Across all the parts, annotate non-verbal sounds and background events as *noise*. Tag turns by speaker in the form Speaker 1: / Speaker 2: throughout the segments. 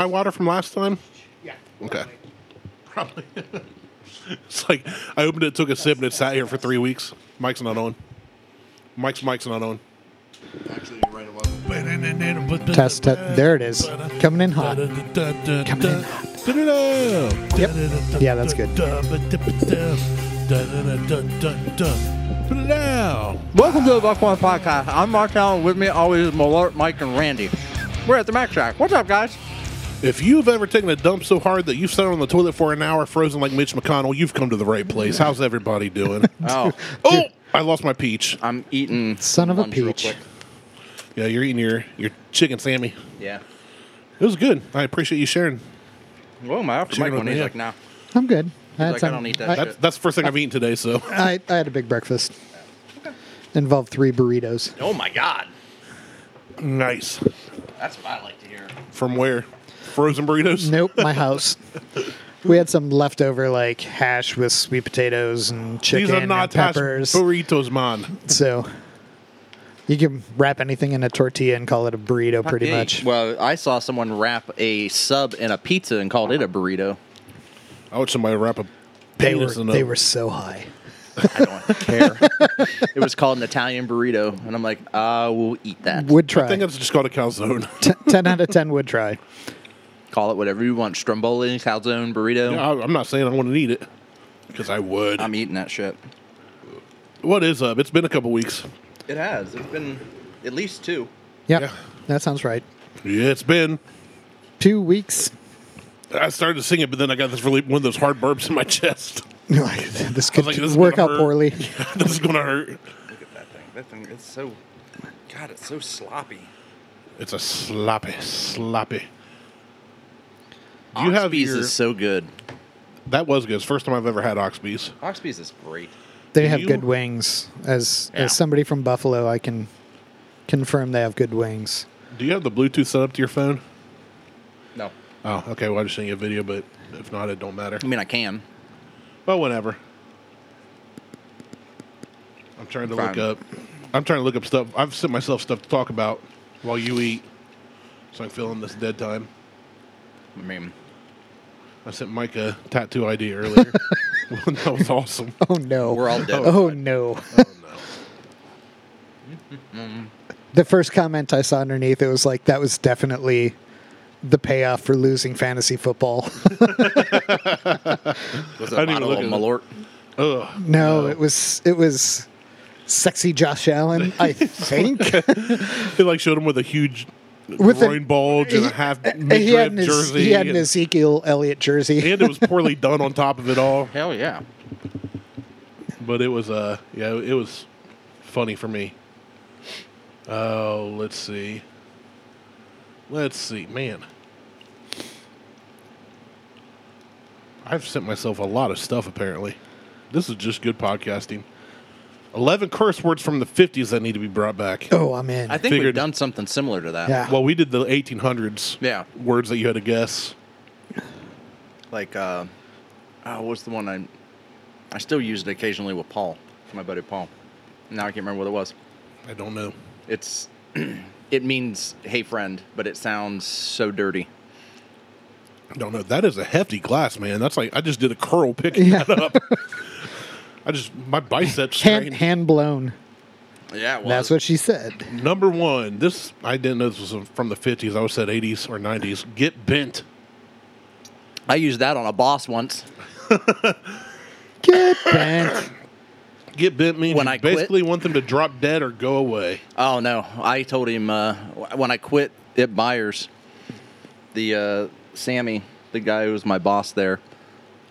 Speaker 1: my water from last time?
Speaker 2: Yeah.
Speaker 1: Okay.
Speaker 2: Probably.
Speaker 1: *laughs* It's like I opened it, took a sip, and it sat here for three weeks. Mike's not on. Mike's mike's not on.
Speaker 3: Actually, you're right about it.
Speaker 4: Test it. There it is. Coming in hot.
Speaker 2: Coming
Speaker 4: in
Speaker 1: Ta-da!
Speaker 4: Yep. Yeah, that's good.
Speaker 1: Put it down.
Speaker 5: Welcome to the Buckhorn Podcast. I'm Mark Allen. With me always is Malort, Mike, and Randy. We're at the Mac Shack. What's up, guys?
Speaker 1: If you've ever taken a dump so hard that you've sat on the toilet for an hour, frozen like Mitch McConnell, you've come to the right place. How's everybody doing?
Speaker 5: Oh,
Speaker 1: oh, I lost my peach.
Speaker 5: *laughs* I'm eating.
Speaker 4: Son of a
Speaker 5: lunch real
Speaker 4: peach.
Speaker 5: quick.
Speaker 1: Yeah, you're eating your your chicken, Sammy.
Speaker 5: Yeah.
Speaker 1: It was good. I appreciate you sharing.
Speaker 5: Whoa, my after Mike
Speaker 1: Chicken
Speaker 5: one.
Speaker 1: with
Speaker 5: He's
Speaker 1: me.
Speaker 5: like, nah.
Speaker 4: I'm good. I had
Speaker 5: like, I
Speaker 4: some-
Speaker 5: don't eat that
Speaker 4: I,
Speaker 1: That's, that's the first thing I've eaten today. So *laughs*
Speaker 4: I, I had a big breakfast. Involved three burritos.
Speaker 5: Oh my God,
Speaker 1: nice.
Speaker 5: that's what I like to hear.
Speaker 1: From where? Frozen burritos.
Speaker 4: Nope, my house. We had some leftover like hash with sweet potatoes and chicken
Speaker 1: These are not
Speaker 4: and
Speaker 1: hash
Speaker 4: peppers.
Speaker 1: burritos, man.
Speaker 4: so you can wrap anything in a tortilla and call it a burrito, pretty
Speaker 5: Hey,
Speaker 4: much.
Speaker 5: Well, I saw someone wrap a sub in a pizza and called it a burrito.
Speaker 1: I want somebody to wrap a
Speaker 4: They were
Speaker 1: penis in a-
Speaker 4: they were so high.
Speaker 5: I don't
Speaker 4: *laughs*
Speaker 5: care. it was called an Italian burrito, and I'm like, I will eat that.
Speaker 4: Would
Speaker 1: I
Speaker 4: try.
Speaker 1: think that's just called a
Speaker 4: *laughs*
Speaker 1: calzone.
Speaker 4: T- ten out of ten would try.
Speaker 5: Call it whatever you want: stromboli, calzone, burrito.
Speaker 1: Yeah, *laughs* I- I'm not saying I wouldn't eat it because I would.
Speaker 5: I'm eating that shit.
Speaker 1: what is up? It's been a couple weeks.
Speaker 5: It has. It's been at least two.
Speaker 4: Yep,
Speaker 1: Yeah.
Speaker 4: that sounds right.
Speaker 1: Yeah, it's been.
Speaker 4: Two weeks. *laughs*
Speaker 1: I started to sing it, but then I got this really one of those hard burps in my *laughs* chest.
Speaker 4: this could
Speaker 1: like, this is
Speaker 4: work
Speaker 1: gonna
Speaker 4: out
Speaker 1: hurt. *laughs*
Speaker 4: poorly.
Speaker 1: this is gonna hurt.
Speaker 3: Look at that thing. That thing, it's so. God, it's so sloppy.
Speaker 1: It's a sloppy, sloppy.
Speaker 5: You have
Speaker 1: your-
Speaker 5: is so good.
Speaker 1: That was good. It's the first time I've ever had Oxbees.
Speaker 5: Oxbees is great.
Speaker 4: They have
Speaker 1: you-
Speaker 4: good wings. As
Speaker 5: Yeah.
Speaker 4: as somebody from Buffalo, I can confirm they have good wings. *laughs*
Speaker 1: Do you have the Bluetooth set up to your phone?
Speaker 5: No,
Speaker 1: Oh, okay. Well, I just sent you a video, but if not, it don't matter.
Speaker 5: I mean I can.
Speaker 1: Well, whatever. I'm trying to look
Speaker 5: Fine.
Speaker 1: up. I'm trying to look up stuff. I've sent myself stuff to talk about while you eat, so I can fill in this dead time.
Speaker 5: I mean,
Speaker 1: I sent Mike a tattoo idea
Speaker 4: *laughs*
Speaker 1: earlier. that was awesome.
Speaker 4: Oh no.
Speaker 5: We're all dead.
Speaker 4: *laughs* Oh no. *laughs*
Speaker 1: Oh no!
Speaker 4: The first comment I saw underneath it was like that was definitely the payoff for losing fantasy football. *laughs*
Speaker 5: was
Speaker 1: I
Speaker 5: it
Speaker 1: didn't even
Speaker 5: bottle of
Speaker 1: look
Speaker 5: Malort?
Speaker 1: Ugh.
Speaker 4: no, it was it was sexy Josh Allen,
Speaker 1: *laughs*
Speaker 4: I think.
Speaker 1: He like showed him with a huge
Speaker 4: With a-
Speaker 1: groin bulge and a half
Speaker 4: he had
Speaker 1: midriff
Speaker 4: an, Ez-
Speaker 1: jersey.
Speaker 4: he had an
Speaker 1: and-
Speaker 4: Ezekiel Elliott jersey.
Speaker 1: and it was poorly done on top of it all.
Speaker 5: Hell yeah.
Speaker 1: but it was uh yeah it was funny for me oh let's see let's see man i've sent myself a lot of stuff apparently this is just good podcasting 11 curse words from the 50s that need to be brought back
Speaker 4: *laughs* oh, I'm in.
Speaker 5: I think
Speaker 1: Figured-
Speaker 5: we've done something similar to that.
Speaker 1: *laughs*
Speaker 4: yeah.
Speaker 1: well we did the 1800s
Speaker 5: Yeah.
Speaker 1: words that you had to guess
Speaker 5: Like, uh, oh, what's the one I? I still use it occasionally with Paul, my buddy Paul. Now I can't remember what it was.
Speaker 1: i don't know
Speaker 5: It's, *clears throat* it means hey friend, but it sounds so dirty.
Speaker 1: I don't know that is a hefty glass man that's like i just did a curl
Speaker 4: *laughs*
Speaker 1: picking
Speaker 4: *laughs* Yeah.
Speaker 1: that *laughs* up i just my biceps
Speaker 4: hand
Speaker 1: strained.
Speaker 4: hand blown.
Speaker 5: Yeah, it
Speaker 4: That's what she said.
Speaker 1: Number one, this I didn't know this was from the fifties. I always said eighties or nineties. Get bent.
Speaker 5: I used that on a boss once.
Speaker 4: Get
Speaker 1: *laughs*
Speaker 4: bent.
Speaker 1: Get bent means
Speaker 5: When
Speaker 1: you
Speaker 5: I quit?
Speaker 1: basically want them to drop dead or go away.
Speaker 5: Oh no! I told him uh, wh- when I quit at Myers, the uh, Sammy, the guy who was my boss there,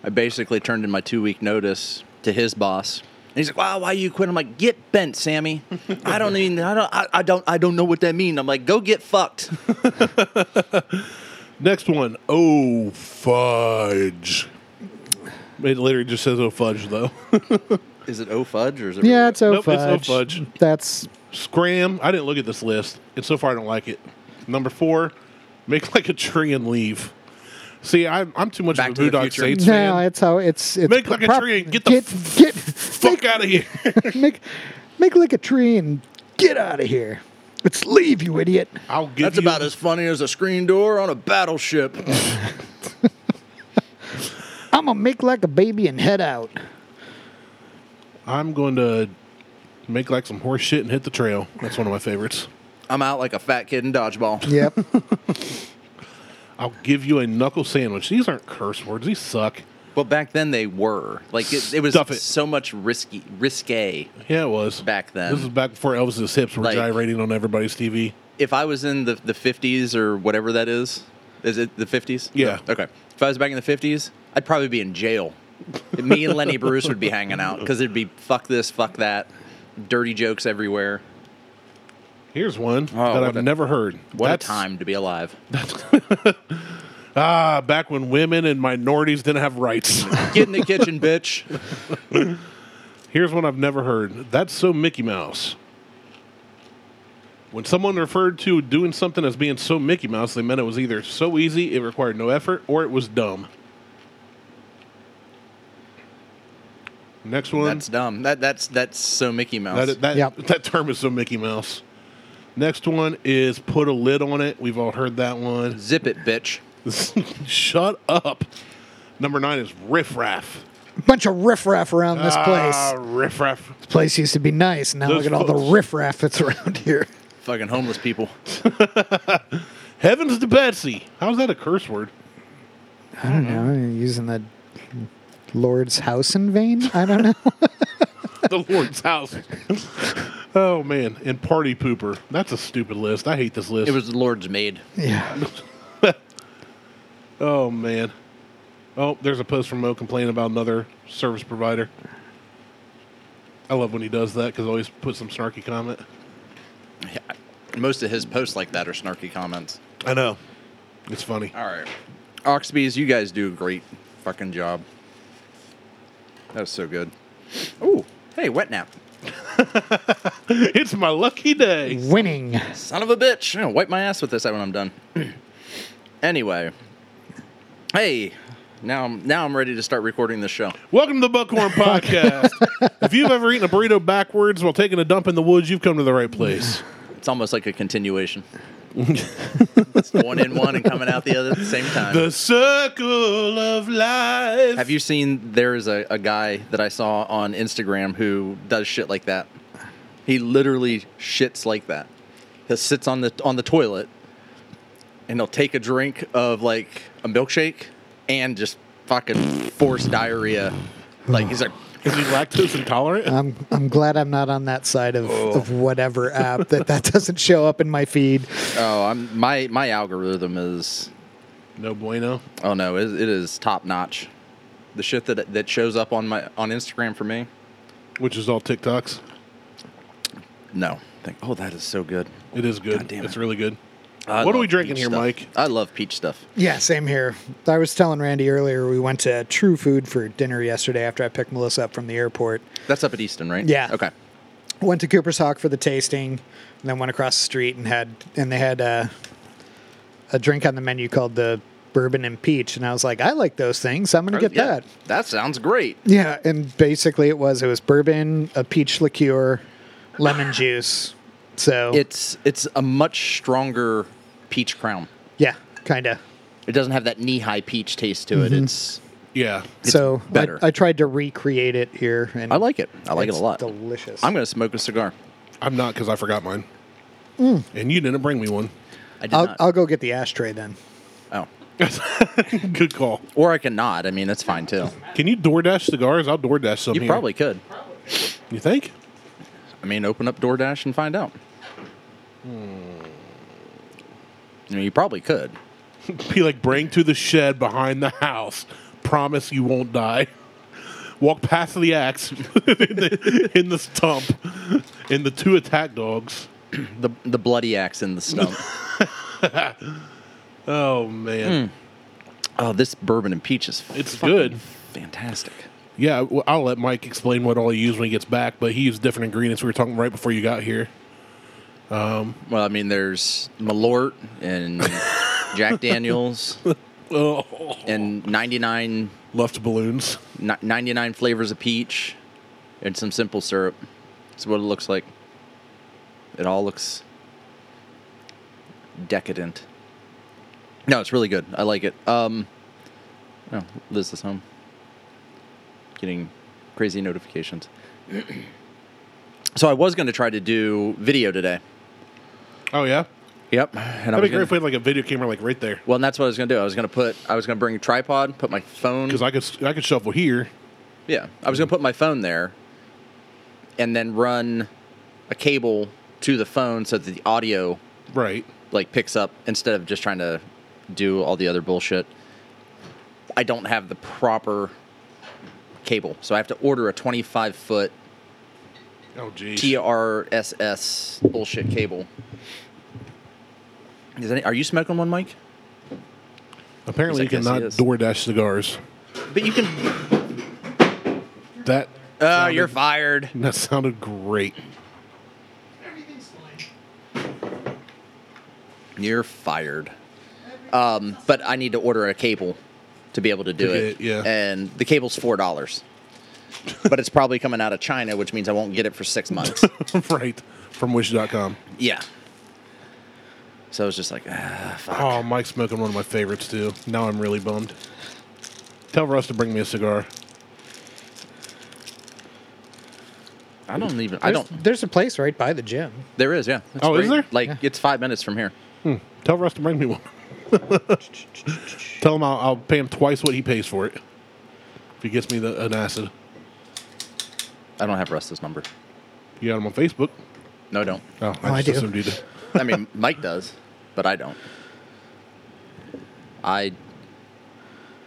Speaker 5: I basically turned in my two week notice to his boss. And he's like, "Wow, why you quit?" I'm like, "Get bent, Sammy. I *laughs* don't even. I don't. I, I don't. I don't know what that means." I'm like, "Go get fucked."
Speaker 1: Next one, oh fudge. It literally just says oh fudge though.
Speaker 5: *laughs*
Speaker 1: *laughs*
Speaker 5: Is it O fudge or is it?
Speaker 4: Yeah, it's
Speaker 1: Nope,
Speaker 4: O
Speaker 1: it's O
Speaker 4: fudge.
Speaker 1: fudge.
Speaker 4: That's
Speaker 1: Scram. I didn't look at this list, and so far I don't like it. Number four, make like a tree and leave. See, I'm, I'm too much
Speaker 5: Back
Speaker 1: of
Speaker 5: to
Speaker 1: a
Speaker 5: the
Speaker 1: Boondock
Speaker 5: Future.
Speaker 1: Saints
Speaker 4: no.
Speaker 1: fan.
Speaker 4: It's how it's. it's
Speaker 1: Make like a
Speaker 4: prop-
Speaker 1: tree and get the f-
Speaker 4: get *laughs*
Speaker 5: *laughs*
Speaker 1: Fuck out of here.
Speaker 4: make make like a tree and get out of here. It's leave, you idiot.
Speaker 1: I'll give
Speaker 5: That's
Speaker 1: you-
Speaker 5: about as funny as a screen door on a *laughs* battleship.
Speaker 4: I'm gonna make like a baby and head out.
Speaker 1: I'm going to make like some horse shit and hit the trail. That's one of my favorites.
Speaker 5: I'm out like a fat kid in dodgeball.
Speaker 4: Yep.
Speaker 1: I'll give you a knuckle sandwich. These aren't curse words. These suck.
Speaker 5: But back then they were like it, it was
Speaker 1: Stuff it.
Speaker 5: so much risky, risque.
Speaker 1: Yeah, it was
Speaker 5: Back then.
Speaker 1: This is back before Elvis's hips were
Speaker 5: Like-
Speaker 1: gyrating on everybody's TV.
Speaker 5: If I was in the the 50s or whatever that is, is it the 50s?
Speaker 1: Yeah.
Speaker 5: Okay. If I was back in the 50s, I'd probably be in jail. Me and Lenny Bruce would be hanging out because it'd be fuck this, fuck that, dirty jokes everywhere.
Speaker 1: Here's one
Speaker 5: Oh,
Speaker 1: that
Speaker 5: what
Speaker 1: I've
Speaker 5: a-
Speaker 1: never heard.
Speaker 5: What
Speaker 1: That's-
Speaker 5: a time to be alive.
Speaker 1: Ah, back when women and minorities didn't have
Speaker 5: *laughs*
Speaker 1: rights.
Speaker 5: Get in the kitchen, bitch.
Speaker 1: Here's one I've never heard. That's so Mickey Mouse. When someone referred to doing something as being so Mickey Mouse, they meant it was either so easy, it required no effort, or it was dumb. Next one.
Speaker 5: That's dumb. That that's that's so Mickey Mouse.
Speaker 1: That that,
Speaker 4: Yep.
Speaker 1: that term is so Mickey Mouse. Next one is put a lid on it. We've all heard that one. *laughs*
Speaker 5: Zip it, bitch.
Speaker 1: Shut up. Number nine is riffraff.
Speaker 4: *laughs* Bunch of riffraff around this
Speaker 1: Ah,
Speaker 4: place.
Speaker 1: riffraff.
Speaker 4: This place used to be nice. Now
Speaker 1: Those
Speaker 4: look at all
Speaker 1: folks-
Speaker 4: the riffraff that's around here.
Speaker 5: Fucking homeless people.
Speaker 1: Heavens to Betsy. How's that a curse word? *laughs*
Speaker 4: I don't know. Using the Lord's house in vain. I don't know.
Speaker 1: the Lord's house. oh man, and party pooper. That's a stupid list. I hate this list.
Speaker 5: It was the Lord's maid.
Speaker 4: *laughs* yeah.
Speaker 1: Oh man. Oh, there's a post from Mo complaining about another service provider. I love when he does that because always puts some snarky comment.
Speaker 5: Most of his posts like that are snarky comments.
Speaker 1: I know. It's funny.
Speaker 5: All right. Oxbees, you guys do a great fucking job. That was so good. Oh, hey, wet nap.
Speaker 1: *laughs* it's my lucky day.
Speaker 4: Winning.
Speaker 5: Son of a bitch. I'm gonna wipe my ass with this when I'm done. *clears throat* anyway. Hey, now I'm now I'm ready to start recording this show.
Speaker 1: Welcome to the *laughs* Buckhorn Podcast. if you've ever eaten a burrito backwards while taking a dump in the woods, you've come to the right place.
Speaker 5: It's almost like a continuation. it's going in one and coming out the other at the same time.
Speaker 1: *laughs* The circle of life.
Speaker 5: Have you seen there is a, a guy that I saw on Instagram who does shit like that? He literally shits like that. He sits on the on the toilet and he'll take a drink of like a milkshake and just fucking force diarrhea. Like he's like
Speaker 1: Is he lactose intolerant?
Speaker 4: I'm I'm glad I'm not on that side of,
Speaker 1: Oh.
Speaker 4: of whatever app that that doesn't show up in my feed.
Speaker 5: oh I'm my my algorithm is
Speaker 1: no bueno.
Speaker 5: oh no, it, it is top notch. The shit that that shows up on my on Instagram for me?
Speaker 1: Which is all TikToks.
Speaker 5: No. Think, oh that is so good.
Speaker 1: It is good.
Speaker 5: God damn
Speaker 1: It's
Speaker 5: it.
Speaker 1: really good.
Speaker 5: I
Speaker 1: what are
Speaker 5: love
Speaker 1: we drinking
Speaker 5: peach
Speaker 1: here,
Speaker 5: stuff.
Speaker 1: Mike?
Speaker 5: I love peach stuff.
Speaker 4: Yeah, same here. I was telling Randy earlier we went to True Food for dinner yesterday after I picked Melissa up from the airport.
Speaker 5: That's up at Easton, right?
Speaker 4: Yeah.
Speaker 5: Okay.
Speaker 4: Went to Cooper's Hawk for the tasting, and then went across the street and had and they had uh, a drink on the menu called the bourbon and peach, and I was like, I like those things. I'm gonna get
Speaker 5: Yeah.
Speaker 4: that.
Speaker 5: That sounds great.
Speaker 4: Yeah, and basically it was it was bourbon, a peach liqueur, lemon juice. So
Speaker 5: It's it's a much stronger peach crown.
Speaker 4: yeah, kind of.
Speaker 5: It doesn't have that knee high peach taste to
Speaker 4: Mm-hmm.
Speaker 5: it. It's
Speaker 1: Yeah.
Speaker 4: so I-
Speaker 5: better.
Speaker 4: I, tried to recreate it here, and
Speaker 5: I like it. I like
Speaker 4: it's
Speaker 5: it a lot.
Speaker 4: Delicious.
Speaker 5: I'm gonna smoke a cigar.
Speaker 1: I'm not because I forgot mine. And you didn't bring me one. *laughs*
Speaker 5: I did
Speaker 4: I'll,
Speaker 5: not.
Speaker 4: I'll go get the ashtray then.
Speaker 5: oh,
Speaker 1: good call.
Speaker 5: or I can not. I mean, that's fine too.
Speaker 1: Can you DoorDash cigars? I'll DoorDash some.
Speaker 5: You
Speaker 1: here.
Speaker 5: probably could.
Speaker 1: You think?
Speaker 5: I mean, open up DoorDash and find out.
Speaker 4: Hmm.
Speaker 5: I mean, you probably could.
Speaker 1: Be like, bring to the shed behind the house. Promise you won't die. Walk past the axe *laughs* in, the, in the stump and the two attack dogs.
Speaker 5: The the bloody axe in
Speaker 4: *laughs*
Speaker 5: the stump.
Speaker 1: Oh man,
Speaker 5: oh, this bourbon and peach is
Speaker 1: It's
Speaker 5: fucking
Speaker 1: good.
Speaker 5: fantastic.
Speaker 1: yeah. well, I'll let Mike explain what all he used when he gets back, but he used different ingredients. We were talking right before you got here.
Speaker 5: Well, I mean, there's Malort
Speaker 1: *laughs*
Speaker 5: and Jack Daniels
Speaker 1: Oh,
Speaker 5: and 99,
Speaker 1: left balloons.
Speaker 5: ni- 99 flavors of peach and some simple syrup. That's what it looks like. It all looks decadent. No, it's really good. I like it. Um, oh, Liz is home. Getting crazy notifications. *clears throat* so I was going to try to do video today.
Speaker 1: Oh yeah,
Speaker 5: Yep. And I
Speaker 1: that'd
Speaker 5: was
Speaker 1: be great
Speaker 5: gonna-
Speaker 1: if we had like a video camera like right there
Speaker 5: well, and that's what I was going to do. I was going to put. I was going to bring a tripod. Put my phone.
Speaker 1: because I could I could shuffle here.
Speaker 5: Yeah, I was gonna put my phone there, and then run a cable to the phone so that the audio
Speaker 1: Right.
Speaker 5: like picks up instead of just trying to do all the other bullshit. I don't have the proper cable, so I have to order a 25 foot
Speaker 1: Oh geez.
Speaker 5: TRSS bullshit cable. Is any, are you smoking one, Mike?
Speaker 1: Apparently, you
Speaker 5: Yes, I guess
Speaker 1: cannot
Speaker 5: he is.
Speaker 1: DoorDash cigars.
Speaker 5: But you can.
Speaker 1: That
Speaker 5: Oh, you're fired.
Speaker 1: that sounded great.
Speaker 5: You're fired. Um, but I need to order a cable to be able to do
Speaker 1: To get it,
Speaker 5: it.
Speaker 1: yeah.
Speaker 5: And the cable's
Speaker 1: *laughs*
Speaker 5: four dollars. but it's probably coming out of China, which means I won't get it for
Speaker 1: *laughs*
Speaker 5: six months.
Speaker 1: right from Wish.com.
Speaker 5: yeah. So I was just like, ah, fuck.
Speaker 1: Oh, Mike's smoking one of my favorites too. Now I'm really bummed. Tell Russ to bring me a cigar.
Speaker 5: I don't even. I
Speaker 4: There's,
Speaker 5: don't.
Speaker 4: there's a place right by the gym.
Speaker 5: There is, yeah. That's
Speaker 1: Oh, is there?
Speaker 5: Like
Speaker 4: Yeah.
Speaker 5: it's five minutes from here.
Speaker 1: Tell Russ to bring me one. *laughs* Tell him I'll, I'll pay him twice what he pays for it if he gets me the, an acid.
Speaker 5: I don't have Russ's number.
Speaker 1: You got him on Facebook.
Speaker 5: No, I don't.
Speaker 1: Oh,
Speaker 4: Oh, I
Speaker 1: just
Speaker 4: do.
Speaker 1: assumed you did.
Speaker 5: I mean, Mike does, but I don't. I.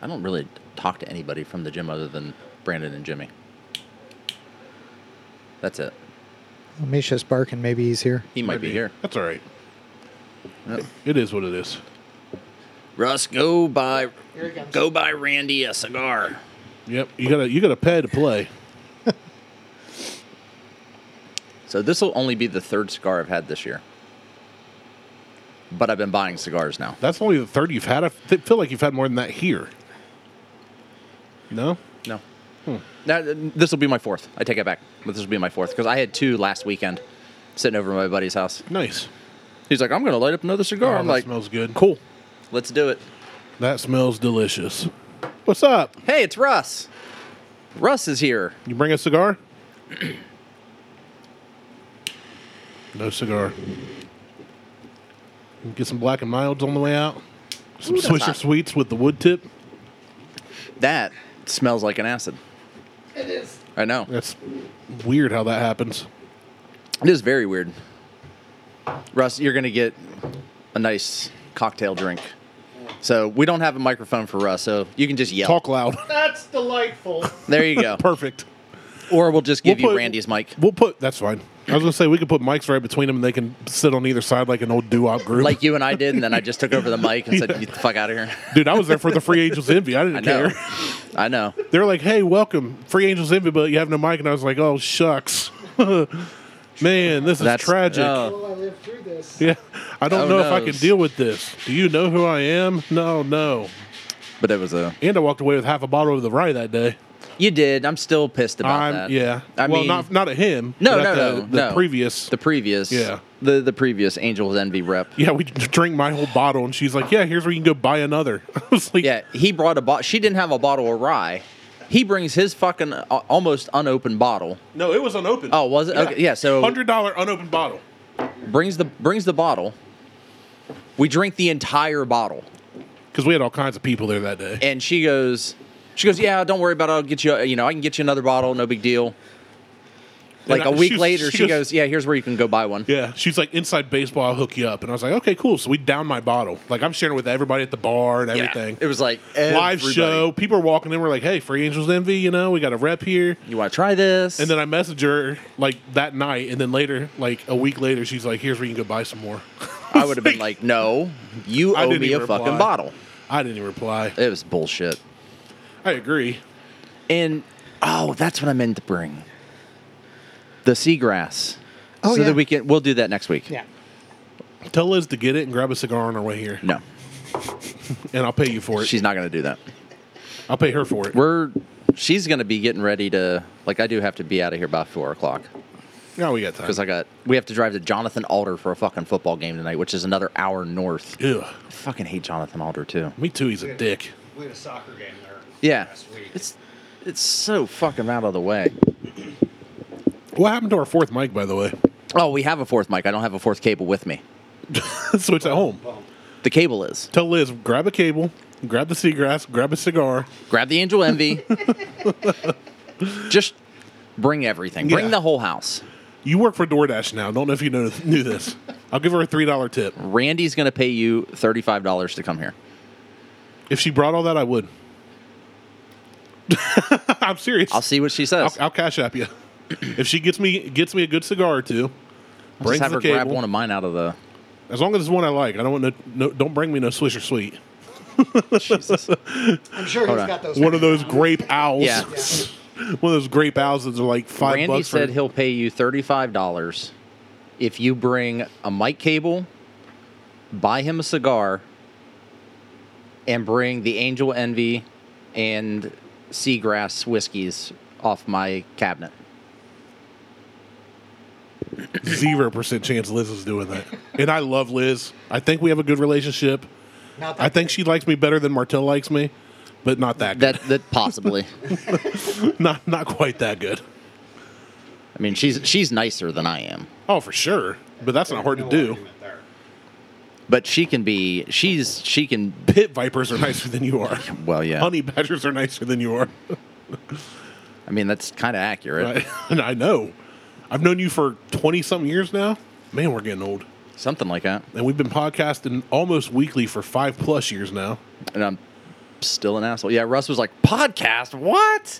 Speaker 5: I don't really talk to anybody from the gym other than Brandon and Jimmy. That's it.
Speaker 4: Misha's barking. Maybe he's here.
Speaker 5: He might be here.
Speaker 1: That's all right.
Speaker 5: Yep.
Speaker 1: It is what it is.
Speaker 5: Russ, go buy,
Speaker 4: Here he comes.
Speaker 5: go buy Randy a cigar.
Speaker 1: Yep. You gotta you gotta pay to play.
Speaker 5: So this will only be the third cigar I've had this year. But I've been buying cigars now.
Speaker 1: That's only the third you've had. I f- feel like you've had more than that here. No.
Speaker 5: No. Hmm. Now, this will be my fourth. I take it back. But this will be my fourth because I had two last weekend, sitting over at my buddy's house.
Speaker 1: Nice.
Speaker 5: He's like, I'm gonna light up another cigar.
Speaker 1: Oh,
Speaker 5: I'm
Speaker 1: that
Speaker 5: like,
Speaker 1: smells good.
Speaker 5: Cool, let's do it.
Speaker 1: That smells delicious. What's up?
Speaker 5: Hey, it's Russ. Russ is here.
Speaker 1: You bring a cigar? *clears throat* no cigar. Get some black and milds on the way out. Some
Speaker 5: Ooh, that's
Speaker 1: Swisher
Speaker 5: hot.
Speaker 1: sweets with the wood tip.
Speaker 5: That smells like an acid. It is. I know.
Speaker 1: That's weird how that happens.
Speaker 5: It is very weird. Russ, you're gonna get a nice cocktail drink. So we don't have a microphone for Russ, so you can just yell.
Speaker 1: Talk loud. *laughs*
Speaker 2: That's delightful.
Speaker 5: There you go.
Speaker 1: Perfect.
Speaker 5: or we'll just give
Speaker 1: We'll
Speaker 5: you
Speaker 1: put-
Speaker 5: Randy's mic.
Speaker 1: We'll put that's fine. I was gonna say we could put mics right between them and they can sit on either side like an old doo-wop group.
Speaker 5: Like you and I did, and then I just took over the mic and said, "Get the fuck out of here."
Speaker 1: Dude, I was there for the Free Angels Envy.
Speaker 5: *laughs*
Speaker 1: I didn't
Speaker 5: I know.
Speaker 1: care.
Speaker 5: I know.
Speaker 1: They were like, "Hey, welcome, Free Angels Envy," but you have no mic, and I was like, "Oh shucks, *laughs* man, this is
Speaker 5: That's
Speaker 1: tragic."
Speaker 5: oh.
Speaker 4: I lived through this.
Speaker 1: *laughs* Yeah, I don't
Speaker 5: Oh,
Speaker 1: know if I
Speaker 5: no.
Speaker 1: can deal with this. Do you know who I am? No, no.
Speaker 5: but it was a.
Speaker 1: And I walked away with half a bottle of the rye that day.
Speaker 5: You did. I'm still pissed about
Speaker 1: I'm
Speaker 5: that.
Speaker 1: yeah.
Speaker 5: I
Speaker 1: well,
Speaker 5: mean,
Speaker 1: not not at him.
Speaker 5: No,
Speaker 1: but
Speaker 5: no,
Speaker 1: at
Speaker 5: no,
Speaker 1: the, the
Speaker 5: no.
Speaker 1: previous.
Speaker 5: the previous
Speaker 1: Yeah.
Speaker 5: the the previous Angels Envy rep.
Speaker 1: yeah, we *laughs* drank my whole bottle, and she's like, "Yeah, here's where you can go buy another." *laughs* I was like,
Speaker 5: Yeah, he brought a bottle. She didn't have a bottle of rye. He brings his fucking uh, almost unopened bottle.
Speaker 1: No, it was unopened.
Speaker 5: Oh, was it? Okay, yeah, so-
Speaker 1: hundred dollar unopened bottle.
Speaker 5: Brings the brings the bottle. We drink the entire bottle,
Speaker 1: Because we had all kinds of people there that day.
Speaker 5: and she goes, she goes, yeah, don't worry about it. I'll get you. a- You know, I can get you another bottle. No big deal. Like
Speaker 1: And
Speaker 5: a
Speaker 1: I-
Speaker 5: week
Speaker 1: she-
Speaker 5: later,
Speaker 1: she
Speaker 5: she,
Speaker 1: goes-
Speaker 5: goes, yeah, here's where you can go buy one.
Speaker 1: yeah, she's like inside baseball. I'll hook you up, and I was like, okay, cool. So we down my bottle. Like I'm sharing with everybody at the bar and
Speaker 5: Yeah,
Speaker 1: everything.
Speaker 5: It was like
Speaker 1: Live
Speaker 5: everybody.
Speaker 1: show. People are walking in. We're like, hey, Free Angels Envy. You know, we got a rep here.
Speaker 5: You want to try this?
Speaker 1: And then I messaged her like that night, and then later, like a week later, she's like, "Here's where you can go buy some more." *laughs*
Speaker 5: I would have been like, no, you
Speaker 1: I
Speaker 5: owe
Speaker 1: didn't
Speaker 5: me a
Speaker 1: even
Speaker 5: fucking
Speaker 1: reply.
Speaker 5: bottle.
Speaker 1: I didn't even reply.
Speaker 5: It was bullshit.
Speaker 1: I agree.
Speaker 5: And oh, that's what I meant to bring. The seagrass.
Speaker 4: Oh,
Speaker 5: so
Speaker 4: yeah.
Speaker 5: that we can we'll do that next week.
Speaker 4: Yeah.
Speaker 1: Tell Liz to get it and grab a cigar on our way here,
Speaker 5: No.
Speaker 1: and I'll pay you for it.
Speaker 5: She's not gonna do that.
Speaker 1: I'll pay her for it.
Speaker 5: We're she's gonna be getting ready to like I do have to be out of here by four o'clock.
Speaker 1: No, we got time.
Speaker 5: because I got we have to drive to Jonathan Alder for a fucking football game tonight, which is another hour north.
Speaker 1: Ew.
Speaker 5: I fucking hate Jonathan Alder too.
Speaker 1: Me too. He's a dick.
Speaker 6: We had a soccer game there.
Speaker 5: Yeah,
Speaker 6: Last week.
Speaker 5: it's it's so fucking out of the way.
Speaker 1: What happened to our fourth mic, by the way? *laughs*
Speaker 5: Oh, we have a fourth mic. I don't have a fourth cable with me.
Speaker 1: so it's at home.
Speaker 5: The cable is
Speaker 1: Tell Liz, grab a cable, grab the seagrass, grab a cigar.
Speaker 5: grab the
Speaker 1: *laughs*
Speaker 5: Angel Envy. Just bring everything.
Speaker 1: Yeah.
Speaker 5: Bring the whole house.
Speaker 1: You work for DoorDash now. Don't know if you know, knew this. I'll give her a three dollar tip.
Speaker 5: Randy's gonna pay you thirty five dollars to come here.
Speaker 1: If she brought all that, I would. *laughs* I'm serious.
Speaker 5: I'll see what she says.
Speaker 1: I'll, I'll cash app you. if she gets me gets me a good cigar or two,
Speaker 5: I'll
Speaker 1: brings
Speaker 5: just have
Speaker 1: the
Speaker 5: her
Speaker 1: cable.
Speaker 5: grab one of mine out
Speaker 1: *laughs*
Speaker 5: of the.
Speaker 1: As long as it's one I like, I don't want no, no don't bring me no Swisher Sweet.
Speaker 5: Jesus.
Speaker 6: I'm sure he's
Speaker 5: on.
Speaker 6: got those.
Speaker 1: One of those grape owls.
Speaker 5: Yeah.
Speaker 1: *laughs* one of those grape owls that are like five
Speaker 5: Randy
Speaker 1: bucks.
Speaker 5: said
Speaker 1: for,
Speaker 5: he'll pay you thirty-five dollars if you bring a mic cable, buy him a cigar, and bring the Angel Envy and Seagrass whiskeys off my cabinet.
Speaker 1: zero percent chance Liz is doing that. And I love Liz. I think we have a good relationship.
Speaker 6: Not that
Speaker 1: I think she likes me better than Martell likes me, but not that good.
Speaker 5: That
Speaker 1: *laughs*
Speaker 5: that possibly.
Speaker 1: not not quite that good.
Speaker 5: I mean, she's she's nicer than I am,
Speaker 1: Oh, for sure. But that's not hard to do.
Speaker 6: argument there.
Speaker 5: but she can be. She's she can.
Speaker 1: Pit vipers are nicer than you are.
Speaker 5: Well, yeah.
Speaker 1: Honey badgers are nicer than you are.
Speaker 5: I mean, that's kind of accurate.
Speaker 1: I, and *laughs* I know. I've known you for 20 something years now. Man, we're getting old.
Speaker 5: Something like that.
Speaker 1: And we've been podcasting almost weekly for five plus years now.
Speaker 5: and I'm still an asshole. Yeah, Russ was like, podcast? What?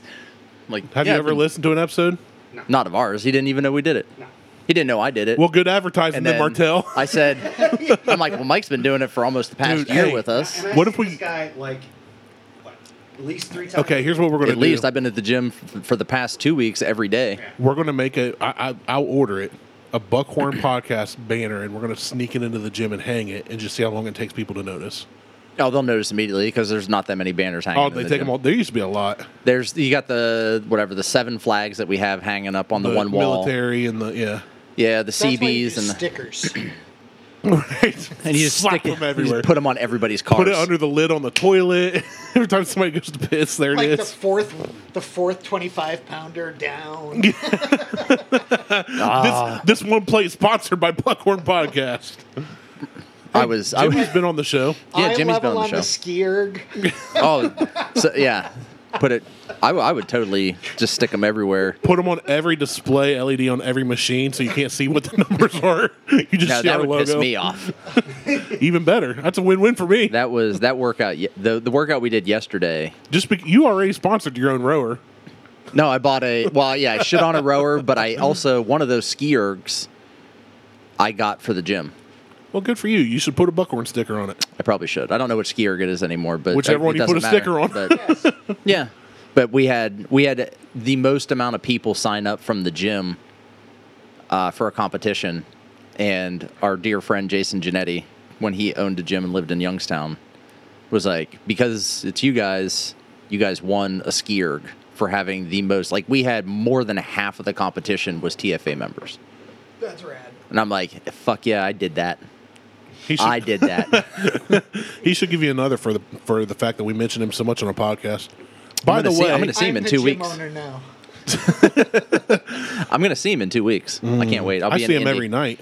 Speaker 5: I'm like,
Speaker 1: Have
Speaker 5: "Yeah,
Speaker 1: you ever listened to an episode?
Speaker 5: Not of ours. He didn't even know we did it. He didn't know I did it.
Speaker 1: Well, good advertising, then, Martell.
Speaker 5: *laughs*
Speaker 1: *laughs*
Speaker 5: I said, I'm like, well, Mike's been doing it for almost the past
Speaker 1: Dude,
Speaker 5: year
Speaker 1: hey,
Speaker 5: with us.
Speaker 6: And I
Speaker 1: What
Speaker 6: see
Speaker 1: if we-
Speaker 6: This guy like what? At least three times.
Speaker 1: Okay, here's what we're going to
Speaker 5: At
Speaker 1: do.
Speaker 5: least I've been at the gym f- for the past two weeks every day.
Speaker 1: we're going to make a, I, I, I'll order it, a Buckhorn *clears throat* podcast banner, and we're going to sneak it into the gym and hang it and just see how long it takes people to notice.
Speaker 5: Oh, they'll notice immediately because there's not that many banners hanging.
Speaker 1: Oh,
Speaker 5: in
Speaker 1: they
Speaker 5: the
Speaker 1: take
Speaker 5: gym.
Speaker 1: them all. There used to be a lot.
Speaker 5: There's you got the whatever the seven flags that we have hanging up on the, one wall.
Speaker 1: military and the yeah. *laughs*
Speaker 5: Yeah, the
Speaker 4: That's why you
Speaker 5: CBs
Speaker 4: do
Speaker 5: and the,
Speaker 4: stickers.
Speaker 5: *clears throat*
Speaker 1: Right.
Speaker 5: and you just
Speaker 1: slap
Speaker 5: stick it-
Speaker 1: them everywhere.
Speaker 5: You just put them on everybody's cars.
Speaker 1: put it under the lid on the toilet. *laughs* Every time somebody goes to piss, there
Speaker 4: like
Speaker 1: it
Speaker 4: the
Speaker 1: is.
Speaker 4: fourth, the fourth twenty-five pounder down.
Speaker 5: *laughs* Ah.
Speaker 1: this, this one play is sponsored by Buckhorn Podcast.
Speaker 5: I was. *laughs* I was
Speaker 1: Jimmy's been on the show.
Speaker 5: yeah,
Speaker 4: Eye
Speaker 5: Jimmy's been
Speaker 4: level
Speaker 5: on the show.
Speaker 4: skierg.
Speaker 5: Oh, so, yeah. Put it. I, w- I would totally just stick them everywhere.
Speaker 1: Put them on every display LED on every machine, so you can't see what the *laughs* numbers are. You just
Speaker 5: No,
Speaker 1: see
Speaker 5: that
Speaker 1: our
Speaker 5: would
Speaker 1: logo.
Speaker 5: piss me off.
Speaker 1: Even better. That's a win-win for me.
Speaker 5: That was that workout. ye- The the workout we did yesterday.
Speaker 1: just be, you already sponsored your own rower.
Speaker 5: No, I bought a. Well, yeah, I shit on a rower, but I also one of those ski ergs I got for the gym.
Speaker 1: Well, good for you. You should put a Buckhorn sticker on it.
Speaker 5: I probably should. I don't know which ski erg it is anymore, but
Speaker 1: Whichever
Speaker 5: it
Speaker 1: one you put
Speaker 5: doesn't
Speaker 1: a sticker on.
Speaker 5: matter, but- *laughs* yeah, but we had we had the most amount of people sign up from the gym uh, for a competition, and our dear friend Jason Genetti, when he owned a gym and lived in Youngstown, was like, because it's you guys, you guys won a ski erg for having the most. Like we had more than half of the competition was TFA members,
Speaker 4: That's rad.
Speaker 5: and I'm like, fuck yeah, I did that.
Speaker 1: He should,
Speaker 5: I did
Speaker 1: *laughs*
Speaker 5: that.
Speaker 1: he should give you another for the for the fact that we mentioned him so much on a podcast. By
Speaker 5: gonna
Speaker 1: the
Speaker 5: see-
Speaker 1: way,
Speaker 5: I'm gonna see him
Speaker 4: I'm
Speaker 5: in
Speaker 4: the
Speaker 5: two
Speaker 4: gym
Speaker 5: weeks.
Speaker 4: owner now.
Speaker 5: I'm gonna see him in two weeks. I can't wait. I'll
Speaker 1: Mm. I
Speaker 5: be in
Speaker 1: see him
Speaker 5: Indy.
Speaker 1: every night.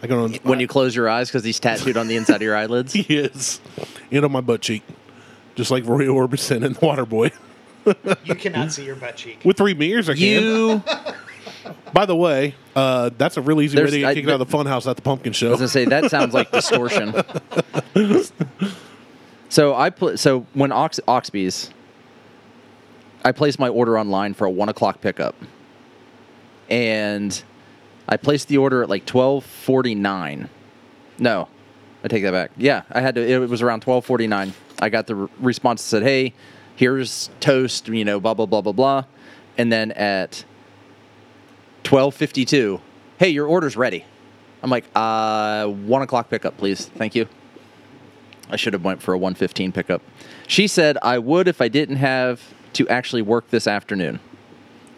Speaker 1: I go on
Speaker 5: *laughs* when you close your eyes because he's tattooed on the inside of your
Speaker 1: *laughs*
Speaker 5: eyelids.
Speaker 1: He is. And on my butt cheek. Just like Roy Orbison and *laughs* Waterboy.
Speaker 4: You cannot see your butt cheek.
Speaker 5: *laughs*
Speaker 1: With three mirrors, I can.
Speaker 5: You
Speaker 1: By the way, uh, that's a really easy
Speaker 5: There's-
Speaker 1: way to get
Speaker 5: I-
Speaker 1: kicked out of the funhouse at the pumpkin show.
Speaker 5: I was gonna say that sounds like distortion. so I pl- so when Ox- Oxby's, I placed my order online for a one o'clock pickup, and I placed the order at like twelve forty nine. No, I take that back. Yeah, I had to. It was around twelve forty nine. I got the re- response that said, "Hey, here's toast. You know, blah blah blah blah blah," and then at twelve fifty two, hey, your order's ready. I'm like, uh, one o'clock pickup, please. Thank you. I should have went for a one fifteen pickup. She said I would if I didn't have to actually work this afternoon.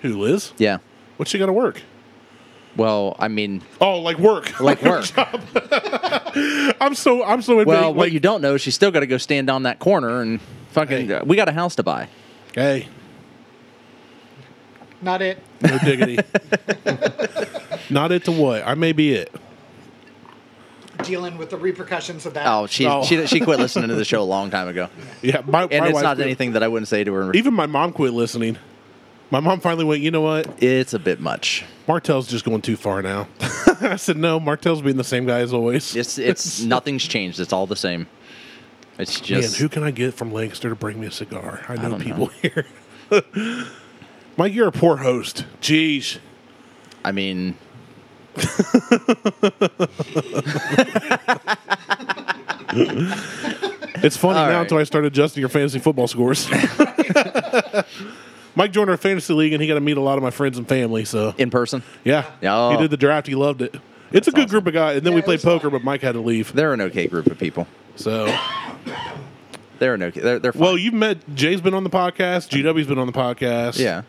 Speaker 1: Who, Liz?
Speaker 5: Yeah.
Speaker 1: What's she got to work?
Speaker 5: Well, I mean,
Speaker 1: Oh, like work.
Speaker 5: *laughs* like work.
Speaker 1: *laughs* I'm so I'm so
Speaker 5: *laughs* well,
Speaker 1: invading,
Speaker 5: what
Speaker 1: like,
Speaker 5: you don't know is she's still got to go stand on that corner and fucking. we got a house to buy.
Speaker 1: hey,
Speaker 4: Not it.
Speaker 1: no diggity. *laughs* Not it to what? I may be it.
Speaker 4: Dealing with the repercussions of that.
Speaker 5: Oh, she
Speaker 1: Oh.
Speaker 5: she she quit listening to the show a long time *laughs* ago,
Speaker 1: Yeah, my,
Speaker 5: and
Speaker 1: my
Speaker 5: it's
Speaker 1: wife
Speaker 5: not
Speaker 1: quit.
Speaker 5: anything that I wouldn't say to her.
Speaker 1: Even my mom quit listening. My mom finally went. You know what?
Speaker 5: It's a bit much.
Speaker 1: Martel's just going too far now. *laughs* I said no. Martel's being the same guy as always.
Speaker 5: It's *laughs* it's nothing's changed. It's all the same. It's
Speaker 1: Man,
Speaker 5: just
Speaker 1: who can I get from Lancaster to bring me a cigar? I know
Speaker 5: don't
Speaker 1: people *laughs* here. Mike, you're a poor host. Jeez.
Speaker 5: I mean,
Speaker 1: It's funny
Speaker 5: All
Speaker 1: now
Speaker 5: right.
Speaker 1: until I start adjusting your fantasy football
Speaker 5: *laughs*
Speaker 1: scores. Mike joined our fantasy league and he got to meet a lot of my friends and family. So
Speaker 5: in person,
Speaker 1: yeah,
Speaker 5: Oh.
Speaker 1: he did the draft. He loved it. It's a good group of guys. And then we
Speaker 4: it
Speaker 1: played
Speaker 4: was fun.
Speaker 1: poker, but Mike had to leave.
Speaker 5: they're an okay group of people.
Speaker 1: So
Speaker 5: They're an okay. They're they're fine.
Speaker 1: well, you've met Jay's been on the podcast. GW's been on the podcast.
Speaker 5: yeah.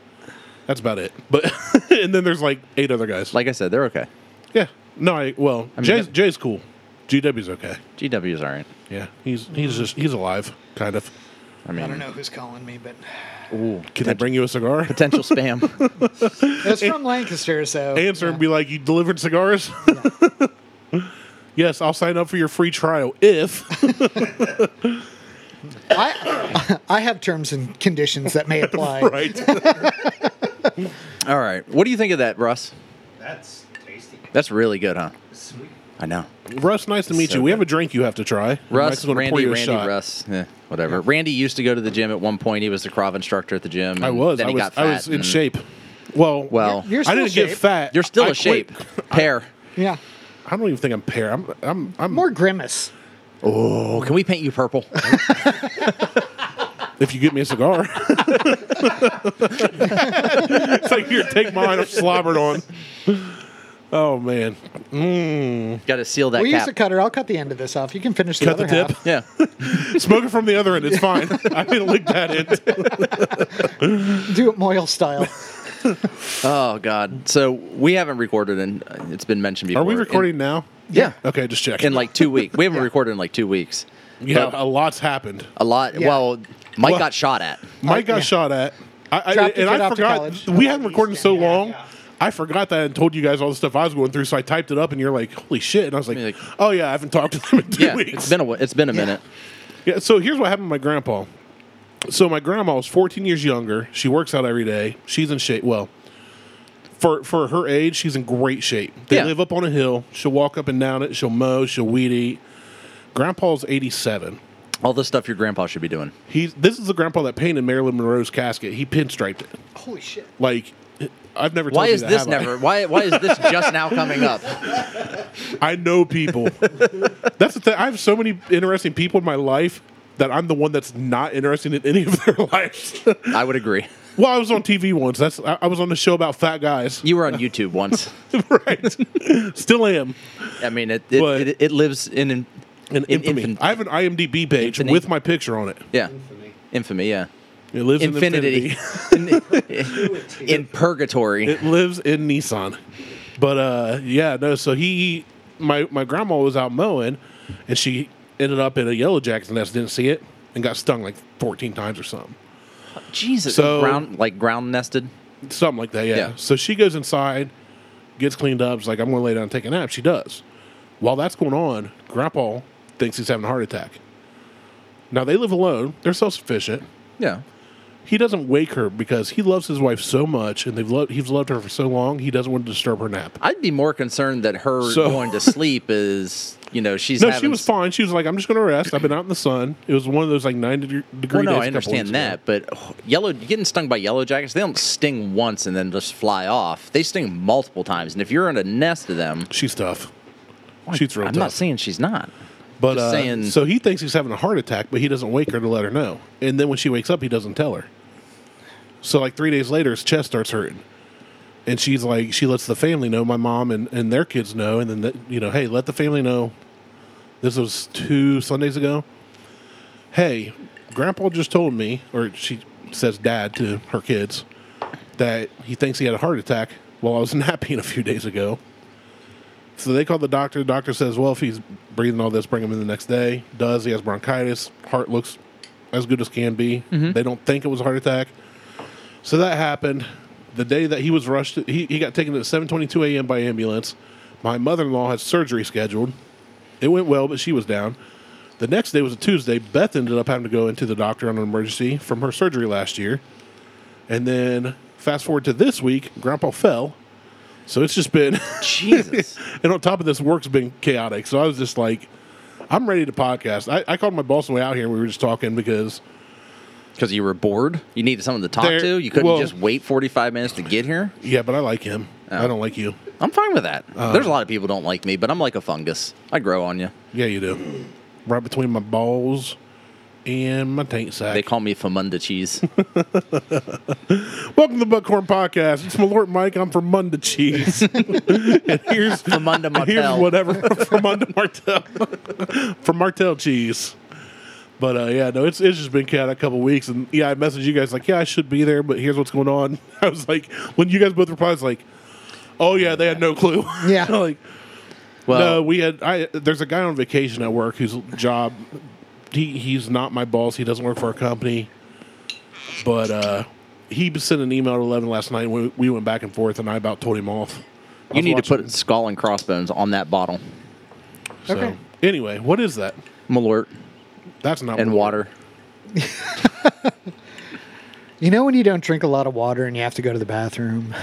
Speaker 1: that's about it. But *laughs* and then there's like eight other guys.
Speaker 5: Like I said, they're okay.
Speaker 1: yeah, no, I well,
Speaker 5: mean,
Speaker 1: Jay's
Speaker 5: that-
Speaker 1: Jay's cool. GW's okay.
Speaker 5: GW's aren't.
Speaker 1: Yeah, he's he's just he's alive, kind of.
Speaker 5: I
Speaker 4: I
Speaker 5: mean,
Speaker 4: don't know who's calling me,
Speaker 5: *laughs*
Speaker 4: but
Speaker 1: Can they bring you a cigar?
Speaker 4: *laughs*
Speaker 5: potential spam.
Speaker 4: it's from Lancaster, so
Speaker 1: Answer and be like, "You delivered cigars." *laughs* yes, I'll sign up for your free trial if.
Speaker 4: I *laughs* I have terms and conditions that
Speaker 5: *laughs*
Speaker 4: may apply.
Speaker 1: right.
Speaker 5: All right. What do you think of that, Russ?
Speaker 6: That's tasty.
Speaker 5: That's really good, huh?
Speaker 6: Sweet.
Speaker 5: I know.
Speaker 1: Russ, nice to meet
Speaker 5: So
Speaker 1: you. We
Speaker 5: good.
Speaker 1: have a drink you have to try.
Speaker 5: Russ,
Speaker 1: Mike's gonna pour
Speaker 5: Randy,
Speaker 1: you a
Speaker 5: Randy,
Speaker 1: shot.
Speaker 5: Russ, eh, whatever. Randy used to go to the gym at one point. He was the Krav instructor at the gym. and
Speaker 1: I was.
Speaker 5: Mm, Then
Speaker 1: I
Speaker 5: he
Speaker 1: was.
Speaker 5: got fat
Speaker 1: I was in
Speaker 5: and-
Speaker 1: shape. Well,
Speaker 5: Well,
Speaker 4: You're
Speaker 1: I
Speaker 4: still
Speaker 1: didn't get
Speaker 4: shape.
Speaker 1: fat.
Speaker 5: you're still
Speaker 1: I
Speaker 5: in shape.
Speaker 1: quit.
Speaker 5: Pear.
Speaker 4: Yeah.
Speaker 1: I don't even think I'm pear. I'm. I'm. I'm
Speaker 4: More grimace.
Speaker 5: Oh, can we paint you *laughs* purple?
Speaker 1: If you get me a cigar,
Speaker 5: *laughs*
Speaker 1: it's like here, take mine. I'm slobbered on. Oh man,
Speaker 5: got to seal that
Speaker 4: We'll use
Speaker 5: cap.
Speaker 4: the cutter. I'll cut the end of this off. You can finish the
Speaker 1: Cut
Speaker 4: other
Speaker 1: the tip?
Speaker 4: half.
Speaker 5: yeah.
Speaker 1: smoke it from the other end. It's fine. I didn't lick that end.
Speaker 4: *laughs* Do it Moyle
Speaker 1: *laughs*
Speaker 4: style.
Speaker 5: Oh God. So we haven't recorded, and it's been mentioned before.
Speaker 1: Are we
Speaker 5: in-
Speaker 1: recording now?
Speaker 5: yeah.
Speaker 1: Okay, just check.
Speaker 5: In like two weeks. We haven't recorded in like two weeks.
Speaker 1: yeah,
Speaker 5: but
Speaker 1: a lot's happened.
Speaker 5: A lot.
Speaker 4: Yeah.
Speaker 5: Well, Mike
Speaker 1: Well-
Speaker 5: got shot at.
Speaker 1: Mike got
Speaker 4: yeah.
Speaker 1: shot at. I, I,
Speaker 4: Dropped the
Speaker 1: and
Speaker 4: kid
Speaker 1: I
Speaker 4: off to
Speaker 1: forgot
Speaker 4: college.
Speaker 1: we hadn't recorded so
Speaker 4: Yeah,
Speaker 1: long.
Speaker 6: yeah.
Speaker 1: I forgot that and told you guys all the stuff I was going through. So I typed it up, and you're like, "Holy shit!" And I was like,
Speaker 5: You're like-
Speaker 1: "Oh *laughs* yeah, I haven't talked to them in two
Speaker 5: Yeah.
Speaker 1: weeks."
Speaker 5: It's been a. wh- It's been a minute.
Speaker 1: Yeah, so here's what happened to my grandpa. So my grandma was 14 years younger. She works out every day. She's in shape. Well, for for her age, she's in great shape. They
Speaker 5: Yeah.
Speaker 1: live up on a hill. She'll walk up and down it. She'll mow. She'll weed eat. Grandpa's 87.
Speaker 5: All the stuff your grandpa should be doing.
Speaker 1: He's this is the grandpa that painted Marilyn Monroe's casket. He pinstriped it.
Speaker 4: Holy shit.
Speaker 1: Like I've never.
Speaker 5: Why
Speaker 1: told you
Speaker 5: is
Speaker 1: that,
Speaker 5: this
Speaker 1: have I?
Speaker 5: never? Why why is this just now coming up?
Speaker 1: I know people. that's the thing. I have so many interesting people in my life that I'm the one that's not interested in any of their *laughs* lives.
Speaker 5: *laughs* I would agree.
Speaker 1: Well, I was on TV once. That's I, I was on the show about fat guys.
Speaker 5: You were on YouTube once.
Speaker 1: *laughs* right. Still am.
Speaker 5: I mean, it it,
Speaker 1: But-
Speaker 5: it, it lives in, in,
Speaker 1: An
Speaker 5: in
Speaker 1: infamy.
Speaker 5: infin-
Speaker 1: I have an IMDb page
Speaker 5: Infamy.
Speaker 1: with my picture on it.
Speaker 5: yeah,
Speaker 6: Infamy.
Speaker 5: infamy. Yeah,
Speaker 1: It lives in
Speaker 5: infinity,
Speaker 1: infinity.
Speaker 5: *laughs* in, purgatory.
Speaker 1: it lives in Nissan. But uh yeah, no, so he my my grandma was out mowing and she ended up in a yellow jacket's nest, didn't see it, and got stung like fourteen times or something.
Speaker 5: Jesus,
Speaker 1: So-
Speaker 5: ground like ground nested.
Speaker 1: Something like that, yeah.
Speaker 5: Yeah.
Speaker 1: So she goes inside, gets cleaned up, is like, I'm gonna lay down and take a nap. She does. While that's going on, grandpa thinks he's having a heart attack. Now they live alone, they're self sufficient.
Speaker 5: Yeah,
Speaker 1: He doesn't wake her because he loves his wife so much and they've loved he's loved her for so long he doesn't want to disturb her nap.
Speaker 5: I'd be more concerned that her
Speaker 1: So-
Speaker 5: going to sleep is you know she's
Speaker 1: No,
Speaker 5: having
Speaker 1: she was
Speaker 5: s-
Speaker 1: fine. She was like, I'm just gonna rest. I've been out in the sun. It was one of those like ninety de- degree
Speaker 5: Well, no,
Speaker 1: days.
Speaker 5: I
Speaker 1: a couple weeks
Speaker 5: understand
Speaker 1: ago.
Speaker 5: that, but oh, yellow getting stung by yellow jackets, they don't sting once and then just fly off. They sting multiple times, and if you're in a nest of them,
Speaker 1: She's tough. She's real
Speaker 5: I'm
Speaker 1: tough.
Speaker 5: not saying she's not.
Speaker 1: but
Speaker 5: just
Speaker 1: uh,
Speaker 5: saying-
Speaker 1: so he thinks he's having a heart attack, but he doesn't wake her to let her know. And then when she wakes up, he doesn't tell her. So like three days later, his chest starts hurting, and she's like, she lets the family know. My mom and, and their kids know, and then the, you know, hey, let the family know. This was two Sundays ago. Hey, Grandpa just told me, or she says Dad to her kids, that he thinks he had a heart attack. while I was *laughs* napping a few days ago. So they called the doctor. The doctor says, well, if he's breathing all this, bring him in the next day. Does. He has bronchitis. Heart looks as good as can be. They don't think it was a heart attack. So that happened. The day that he was rushed, he, he got taken at 7.22 a.m. by ambulance. My mother-in-law had surgery scheduled. It went well, but she was down. The next day was a Tuesday. Beth ended up having to go into the doctor on an emergency from her surgery last year. And then fast forward to this week, Grandpa fell. So it's just been *laughs*
Speaker 5: Jesus.
Speaker 1: and on top of this, work's been chaotic. So I was just like, I'm ready to podcast. I, I called my boss on the way out here. and We were just talking because
Speaker 5: Because you were bored? You needed someone to talk
Speaker 1: There-
Speaker 5: to? You couldn't
Speaker 1: well-
Speaker 5: just wait 45 minutes to get here?
Speaker 1: yeah, but I like him.
Speaker 5: Oh.
Speaker 1: I don't like you.
Speaker 5: I'm fine with that.
Speaker 1: Uh.
Speaker 5: There's a lot of people don't like me, but I'm like a fungus. I grow on you.
Speaker 1: Yeah, you do. Right between my balls and my taint sack.
Speaker 5: They call me
Speaker 1: *laughs*
Speaker 5: Famunda cheese.
Speaker 1: Welcome to the Buckhorn Podcast. It's Malort Mike. I'm from Munda Cheese. and here's
Speaker 5: Famunda
Speaker 1: Here's
Speaker 5: Martel.
Speaker 1: whatever *laughs* from under Martell from Martell cheese. But uh, yeah, no, it's it's just been cat a couple weeks, and yeah, I messaged you guys like, yeah, I should be there, but here's what's going on. *laughs* I was like, when you guys both replied, it's like, oh yeah, they had no clue.
Speaker 4: Yeah.
Speaker 1: *laughs* like
Speaker 5: Well,
Speaker 1: no, we had. I there's a guy on vacation at work whose job he he's not my boss. He doesn't work for a company, but uh, he sent an email at eleven last night. We we went back and forth, and I about told him off. I
Speaker 5: you
Speaker 1: was
Speaker 5: need
Speaker 1: watching-
Speaker 5: to put skull and crossbones on that bottle.
Speaker 1: So,
Speaker 4: Okay.
Speaker 1: Anyway, what is that?
Speaker 5: Malort
Speaker 1: That's not
Speaker 5: and
Speaker 1: what-
Speaker 5: water.
Speaker 4: You know when you don't drink a lot of water and you have to go to the bathroom?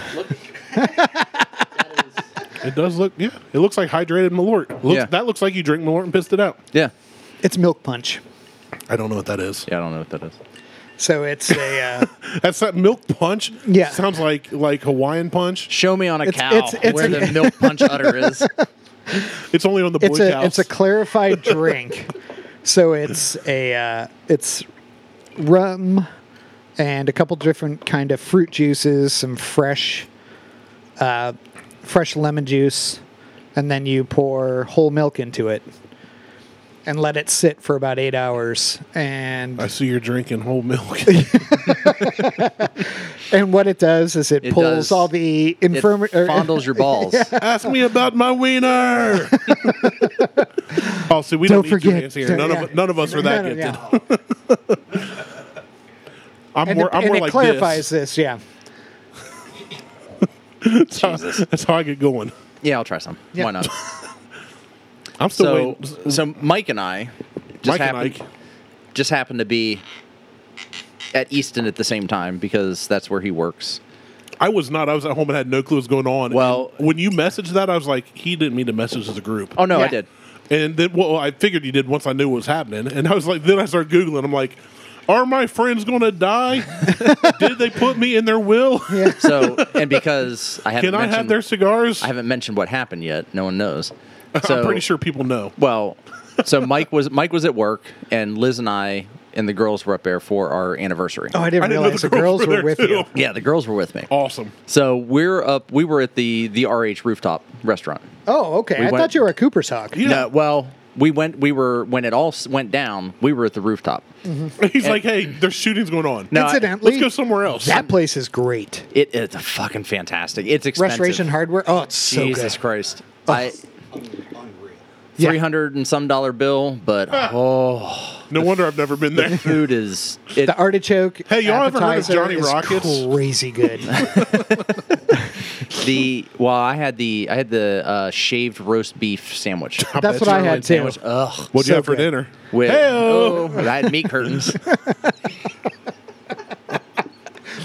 Speaker 1: It does look, yeah. It looks like hydrated Malort. Looks,
Speaker 5: Yeah.
Speaker 1: That looks like you drink Malort and pissed it out.
Speaker 5: Yeah.
Speaker 4: It's milk punch.
Speaker 1: I don't know what that is.
Speaker 5: Yeah, I don't know what that is.
Speaker 4: So it's a uh,
Speaker 1: That's that milk punch.
Speaker 4: Yeah.
Speaker 1: Sounds like like Hawaiian punch.
Speaker 5: Show me on a
Speaker 4: It's-
Speaker 5: cow
Speaker 4: it's- it's-
Speaker 5: where
Speaker 4: *laughs*
Speaker 5: the milk punch udder is.
Speaker 1: It's only on the boy
Speaker 4: it's a
Speaker 1: house.
Speaker 4: it's
Speaker 1: *laughs*
Speaker 4: a clarified drink. So it's a uh, it's rum and a couple different kind of fruit juices, some fresh uh, fresh lemon juice, and then you pour whole milk into it and let it sit for about eight hours. And
Speaker 1: I see you're drinking whole milk.
Speaker 4: *laughs* and what it does is it,
Speaker 5: It
Speaker 4: pulls
Speaker 5: does-
Speaker 4: all the
Speaker 5: It
Speaker 4: infirmity.
Speaker 5: fondles
Speaker 4: *laughs*
Speaker 5: your balls.
Speaker 1: Ask me about my wiener. oh, see, we
Speaker 4: Don't
Speaker 1: don't, need
Speaker 4: forget-
Speaker 1: you to answer here. None
Speaker 4: yeah.
Speaker 1: of none of us are that gifted. *laughs* I'm
Speaker 4: And
Speaker 1: more,
Speaker 4: it,
Speaker 1: I'm
Speaker 4: and
Speaker 1: more
Speaker 4: it
Speaker 1: like
Speaker 4: clarifies this. Yeah.
Speaker 1: this. That's how, *laughs* that's how I get going.
Speaker 5: Yeah, I'll try some.
Speaker 4: Yeah.
Speaker 5: Why
Speaker 4: *laughs*
Speaker 5: not?
Speaker 1: I'm still
Speaker 5: So,
Speaker 1: waiting.
Speaker 5: so Mike and I just
Speaker 1: Mike and
Speaker 5: happened
Speaker 1: Ike.
Speaker 5: just happened to be at Easton at the same time because that's where he works.
Speaker 1: I was not. I was at home and had no clue what was going on.
Speaker 5: Well-
Speaker 1: And when you messaged that, I was like, he didn't mean to message as a group.
Speaker 5: Oh no, I
Speaker 4: Yeah.
Speaker 5: did.
Speaker 1: And then, well, I figured you did once I knew what was happening. And I was like, then I started Googling. I'm like, are my friends going to
Speaker 5: *laughs*
Speaker 1: die? did they put me in their will?
Speaker 5: So and because I haven't
Speaker 1: Can I
Speaker 5: mentioned,
Speaker 1: have their cigars?
Speaker 5: I haven't mentioned what happened yet. No one knows. So,
Speaker 1: *laughs* I'm pretty sure people know.
Speaker 5: Well, so Mike was Mike was at work, and Liz and I and the girls were up there for our anniversary.
Speaker 4: Oh, I didn't,
Speaker 1: I didn't know
Speaker 4: realize
Speaker 1: the
Speaker 4: the girls, were,
Speaker 1: there,
Speaker 4: with
Speaker 1: too.
Speaker 4: you.
Speaker 5: Yeah, the girls were with me.
Speaker 1: *laughs* Awesome.
Speaker 5: So we're up. We were at the the RH rooftop restaurant.
Speaker 4: Oh, okay. I
Speaker 5: went-
Speaker 4: thought you were a Cooper's Hawk.
Speaker 1: Yeah.
Speaker 5: No, well, we went. We were when it all s- went down. We were at the rooftop.
Speaker 4: Mm.
Speaker 1: He's like, hey, there's shootings going on.
Speaker 5: No, I-
Speaker 4: Incidentally,
Speaker 1: Let's go somewhere else.
Speaker 4: that place is great.
Speaker 5: It, it's a fucking fantastic. It's expensive.
Speaker 4: Restoration hardware. Oh, it's so
Speaker 5: Jesus
Speaker 4: good.
Speaker 5: Christ. I
Speaker 6: Unreal.
Speaker 4: Yeah. Ah.
Speaker 5: three hundred and some dollar bill, but oh,
Speaker 1: no wonder I've never been
Speaker 4: *laughs*
Speaker 1: there.
Speaker 5: food is it,
Speaker 4: The artichoke.
Speaker 1: Hey, y'all ever heard of
Speaker 4: appetizer
Speaker 1: Johnny
Speaker 4: is
Speaker 1: Rockets?
Speaker 4: Crazy
Speaker 1: *laughs*
Speaker 4: good.
Speaker 5: the. Well, I had the I had the uh, shaved roast beef
Speaker 4: *laughs*
Speaker 5: sandwich.
Speaker 4: That's what I had too.
Speaker 5: Ugh.
Speaker 1: What'd you
Speaker 4: So
Speaker 1: have for
Speaker 4: good.
Speaker 1: dinner?
Speaker 5: With
Speaker 1: Hey-o.
Speaker 5: oh, I had meat curtains.
Speaker 4: *laughs*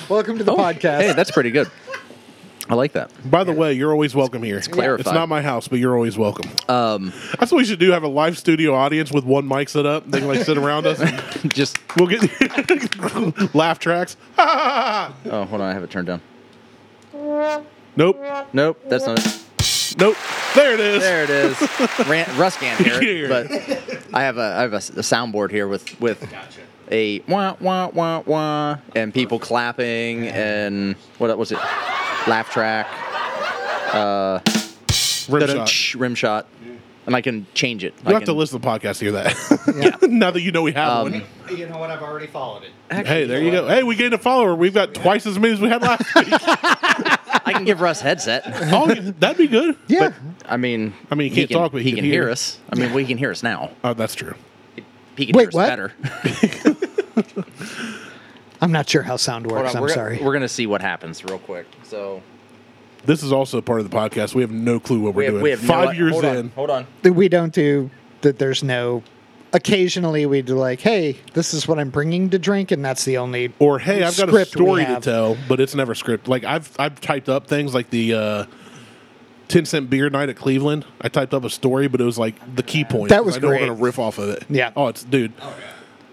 Speaker 4: Welcome
Speaker 1: Oh,
Speaker 4: to the podcast.
Speaker 5: Hey, that's pretty good. I like that. *laughs*
Speaker 1: By the way, you're always welcome here. It's
Speaker 5: clarified.
Speaker 1: It's not my house, but you're always welcome. Um, That's what we should do. Have a live studio audience with one mic set up. They can like sit around
Speaker 5: *laughs*
Speaker 1: us. And
Speaker 5: Just
Speaker 1: we'll get *laughs* laugh tracks. *laughs*
Speaker 5: oh, hold on, I have it turned down.
Speaker 1: Nope.
Speaker 5: Nope, that's not it.
Speaker 1: Nope. There it is.
Speaker 5: There it is. *laughs* Ran, Russ can't hear
Speaker 1: Here.
Speaker 5: it, but I have a I have a, s- a soundboard here with with
Speaker 6: Gotcha.
Speaker 5: a wah wah wah wah and people clapping and what was it? Laugh track,
Speaker 1: Rim
Speaker 5: da-dum,
Speaker 1: shot.
Speaker 5: tsh, rim shot, and I can change it.
Speaker 1: You
Speaker 5: I
Speaker 1: have to
Speaker 5: can-
Speaker 1: listen to the podcast to hear that. *laughs* now that you know we have
Speaker 5: Um,
Speaker 1: one.
Speaker 6: You know what? I've already followed it.
Speaker 4: *laughs*
Speaker 1: Hey, there you go. Hey, we gained a follower. We've got twice as many as we had last week.
Speaker 5: I can give Russ headset.
Speaker 1: Oh, yeah, that'd be good.
Speaker 4: Yeah.
Speaker 5: I mean,
Speaker 1: I mean, he can't talk, but he
Speaker 5: he
Speaker 1: can
Speaker 5: can hear
Speaker 1: hear.
Speaker 5: us. I mean, we can hear us now.
Speaker 1: Oh, that's true.
Speaker 5: He can
Speaker 4: Wait,
Speaker 5: hear us
Speaker 4: what?
Speaker 5: better.
Speaker 4: I'm not sure how sound
Speaker 5: Hold
Speaker 4: works.
Speaker 5: on,
Speaker 4: I'm
Speaker 5: we're,
Speaker 4: sorry.
Speaker 5: We're gonna see what happens real quick. So
Speaker 1: This is also part of the podcast. We have no clue what we're doing. Five
Speaker 5: no-
Speaker 1: years
Speaker 5: hold on,
Speaker 1: in,
Speaker 5: hold on.
Speaker 4: That we don't do that. There's no. Occasionally, we'd do like, "Hey, this is what I'm bringing to drink," and that's the only.
Speaker 1: or hey, I've got a
Speaker 4: script we
Speaker 1: story to
Speaker 4: have.
Speaker 1: tell, but it's never script. Like I've I've typed up things like the uh, ten cent beer night at Cleveland. I typed up a story, but it was like the key point.
Speaker 4: That was
Speaker 1: I don't want
Speaker 4: great.
Speaker 1: to riff off of it.
Speaker 4: Yeah.
Speaker 1: Oh, it's dude.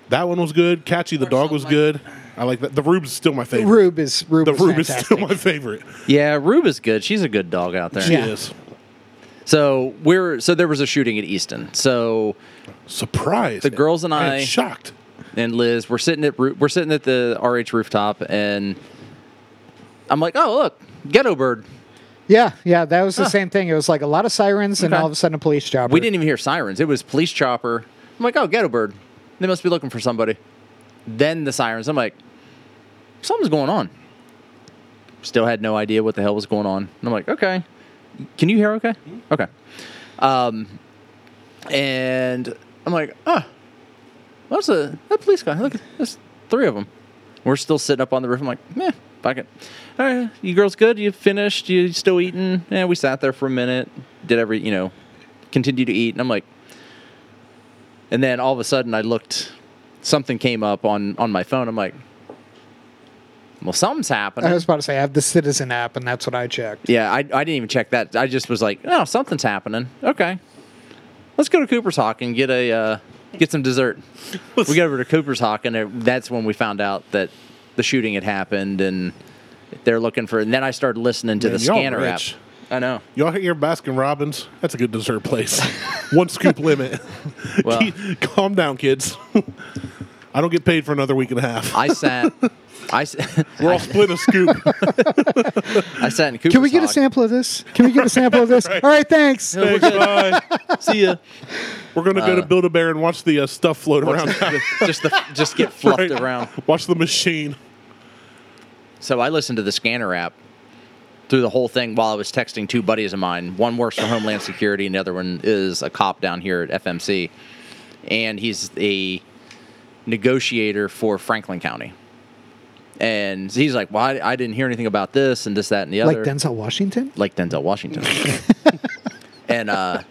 Speaker 1: That one was good. Catchy the dog was good. I like that. The Rube's still my favorite.
Speaker 4: Rube is Rube.
Speaker 1: the
Speaker 4: is
Speaker 1: Rube is
Speaker 4: fantastic.
Speaker 1: still my favorite.
Speaker 5: Yeah, Rube is good. She's a good dog out there.
Speaker 1: She
Speaker 4: Yeah.
Speaker 1: is.
Speaker 5: So we're so there was a shooting at Easton. So
Speaker 1: Surprised.
Speaker 5: The girls and I-
Speaker 1: shocked.
Speaker 5: and Liz, we're sitting at roo- we're sitting at the RH rooftop, and I'm like, oh look, ghetto bird.
Speaker 4: Yeah, yeah, that was the same thing. It was like a lot of sirens, and
Speaker 5: Okay.
Speaker 4: all of a sudden, a police job.
Speaker 5: We didn't even hear sirens. It was police chopper. I'm like, oh ghetto bird. They must be looking for somebody. Then the sirens. I'm like, something's going on. Still had no idea what the hell was going on. And I'm like, okay, can you hear? Okay, okay. Um, and I'm like, ah, well, that's a that police guy. Look, there's three of them. We're still sitting up on the roof. I'm like, meh, fuck it. All right, you girls good? You finished? You still eating? And we sat there for a minute, did every, you know, continued to eat. And I'm like, and then all of a sudden I looked, something came up on, on my phone. I'm like, well, something's happening.
Speaker 4: I was about to say I have the Citizen app, and that's what I checked.
Speaker 5: Yeah, I, I didn't even check that. I just was like, oh, something's happening. Okay, let's go to Cooper's Hawk and get a uh, get some dessert. we got over to Cooper's Hawk, and it, that's when we found out that the shooting had happened, and they're looking for. And then I started listening to
Speaker 1: Man,
Speaker 5: the
Speaker 1: y'all
Speaker 5: scanner app.
Speaker 1: rich.
Speaker 5: I know.
Speaker 1: Y'all hear Baskin Robbins? That's a good dessert place. *laughs* One scoop limit. *laughs*
Speaker 5: Well-
Speaker 1: Calm down, kids. *laughs* I don't get paid for another week and a half.
Speaker 5: I sat. I, s- *laughs*
Speaker 1: We're all split a scoop.
Speaker 5: I sat in Cooper's.
Speaker 4: Can we get a
Speaker 5: Hawk.
Speaker 4: sample of this? Can we get a sample of this? All right, thanks.
Speaker 5: We're good.
Speaker 1: Bye.
Speaker 5: See ya.
Speaker 1: We're gonna go to Build a Bear and watch the uh, stuff float around. *laughs*
Speaker 5: just the, just get fluffed
Speaker 1: Right.
Speaker 5: around.
Speaker 1: Watch the machine.
Speaker 5: So I listened to the scanner app through the whole thing while I was texting two buddies of mine. One works for Homeland Security, and the other one is a cop down here at FMC. And he's a negotiator for Franklin County. And he's like, Well, I, I didn't hear anything about this and this, that, and the
Speaker 4: Like
Speaker 5: other.
Speaker 4: Denzel Washington.
Speaker 5: like Denzel Washington. and uh,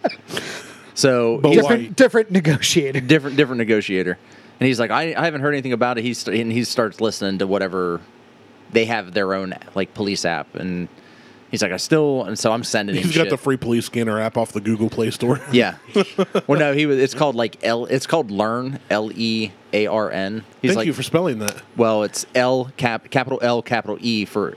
Speaker 5: so
Speaker 1: But
Speaker 5: he's-
Speaker 1: Hawaii.
Speaker 4: Different, different negotiator.
Speaker 5: different different negotiator and he's like i, I haven't heard anything about it he's and he starts listening to whatever they have their own like police app and he's like i still and so i'm sending him
Speaker 1: He's got
Speaker 5: shit.
Speaker 1: the free police scanner app off the Google Play Store. *laughs*
Speaker 5: yeah *laughs* well no he was it's called like l it's called learn E l-e-a-r-n he's
Speaker 1: Thank
Speaker 5: like
Speaker 1: you for spelling that.
Speaker 5: well it's l cap capital l capital e for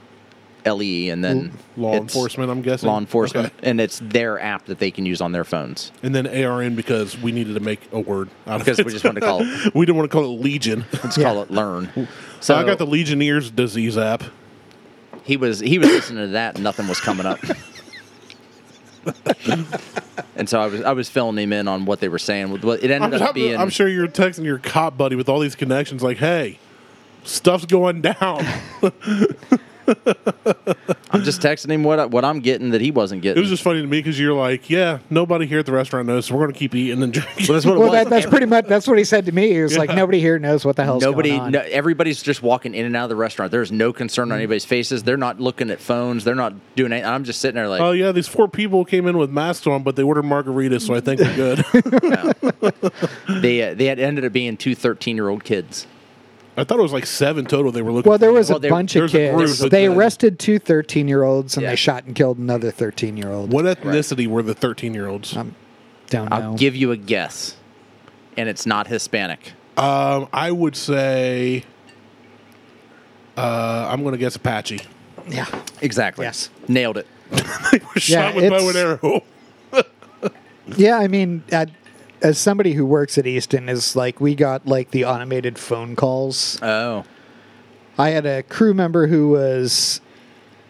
Speaker 5: l-e and then
Speaker 1: Law
Speaker 5: it's
Speaker 1: enforcement, I'm guessing.
Speaker 5: law enforcement
Speaker 1: Okay.
Speaker 5: and it's their app that they can use on their phones
Speaker 1: And then ARN because we needed to make a word out of
Speaker 5: because
Speaker 1: it.
Speaker 5: we just wanted to call
Speaker 1: *laughs*
Speaker 5: it
Speaker 1: we didn't want to call it Legion.
Speaker 5: let's call it learn
Speaker 1: So I got the Legionnaires disease app.
Speaker 5: he was he was listening to that and nothing was coming up. and so I was I was filling him in on what they were saying. Well, It ended
Speaker 1: I'm,
Speaker 5: up
Speaker 1: I'm-
Speaker 5: being
Speaker 1: I'm sure you're texting your cop buddy with all these connections, like, "Hey, stuff's going *laughs* down."
Speaker 5: I'm just texting him what I, what I'm getting that he wasn't
Speaker 1: It
Speaker 5: getting.
Speaker 1: was just funny to me because you're like, "Yeah, nobody here at the restaurant knows, so we're going to keep eating and *laughs* drinking."
Speaker 5: Well, that's what it
Speaker 4: Well,
Speaker 5: was.
Speaker 4: that, that's pretty much that's what he said to me. He was like, nobody here knows what the hell's
Speaker 5: Nobody,
Speaker 4: going on.
Speaker 5: no, everybody's just walking in and out of the restaurant. There's no concern
Speaker 1: Mm.
Speaker 5: on anybody's faces. They're not looking at phones. They're not doing anything. I'm just sitting there like,
Speaker 1: Oh yeah, these four people came in with masks on, but they ordered margaritas, so I think we're good.
Speaker 5: they uh, they had ended up being two 13 year old kids.
Speaker 1: I thought it was like seven total. They were looking.
Speaker 4: Well, there was
Speaker 5: Well,
Speaker 4: a
Speaker 5: there-
Speaker 4: bunch of
Speaker 1: there's a
Speaker 4: kids.
Speaker 1: group, but
Speaker 4: They
Speaker 1: then-
Speaker 4: arrested two 13 year olds and
Speaker 5: Yeah.
Speaker 4: they shot and killed another 13 year old.
Speaker 1: what ethnicity were the thirteen-year-olds? Um,
Speaker 4: Don't know.
Speaker 5: I'll give you a guess, and it's not Hispanic.
Speaker 1: Um, I would say, uh, I'm going to guess Apache. *laughs*
Speaker 4: yeah.
Speaker 5: Exactly.
Speaker 4: Yes.
Speaker 5: Nailed it.
Speaker 1: Shot with bow and
Speaker 4: it's-
Speaker 1: arrow.
Speaker 4: Yeah, I mean, at, as somebody who works at Easton, is like we got like the automated phone calls.
Speaker 5: Oh.
Speaker 4: I had a crew member who was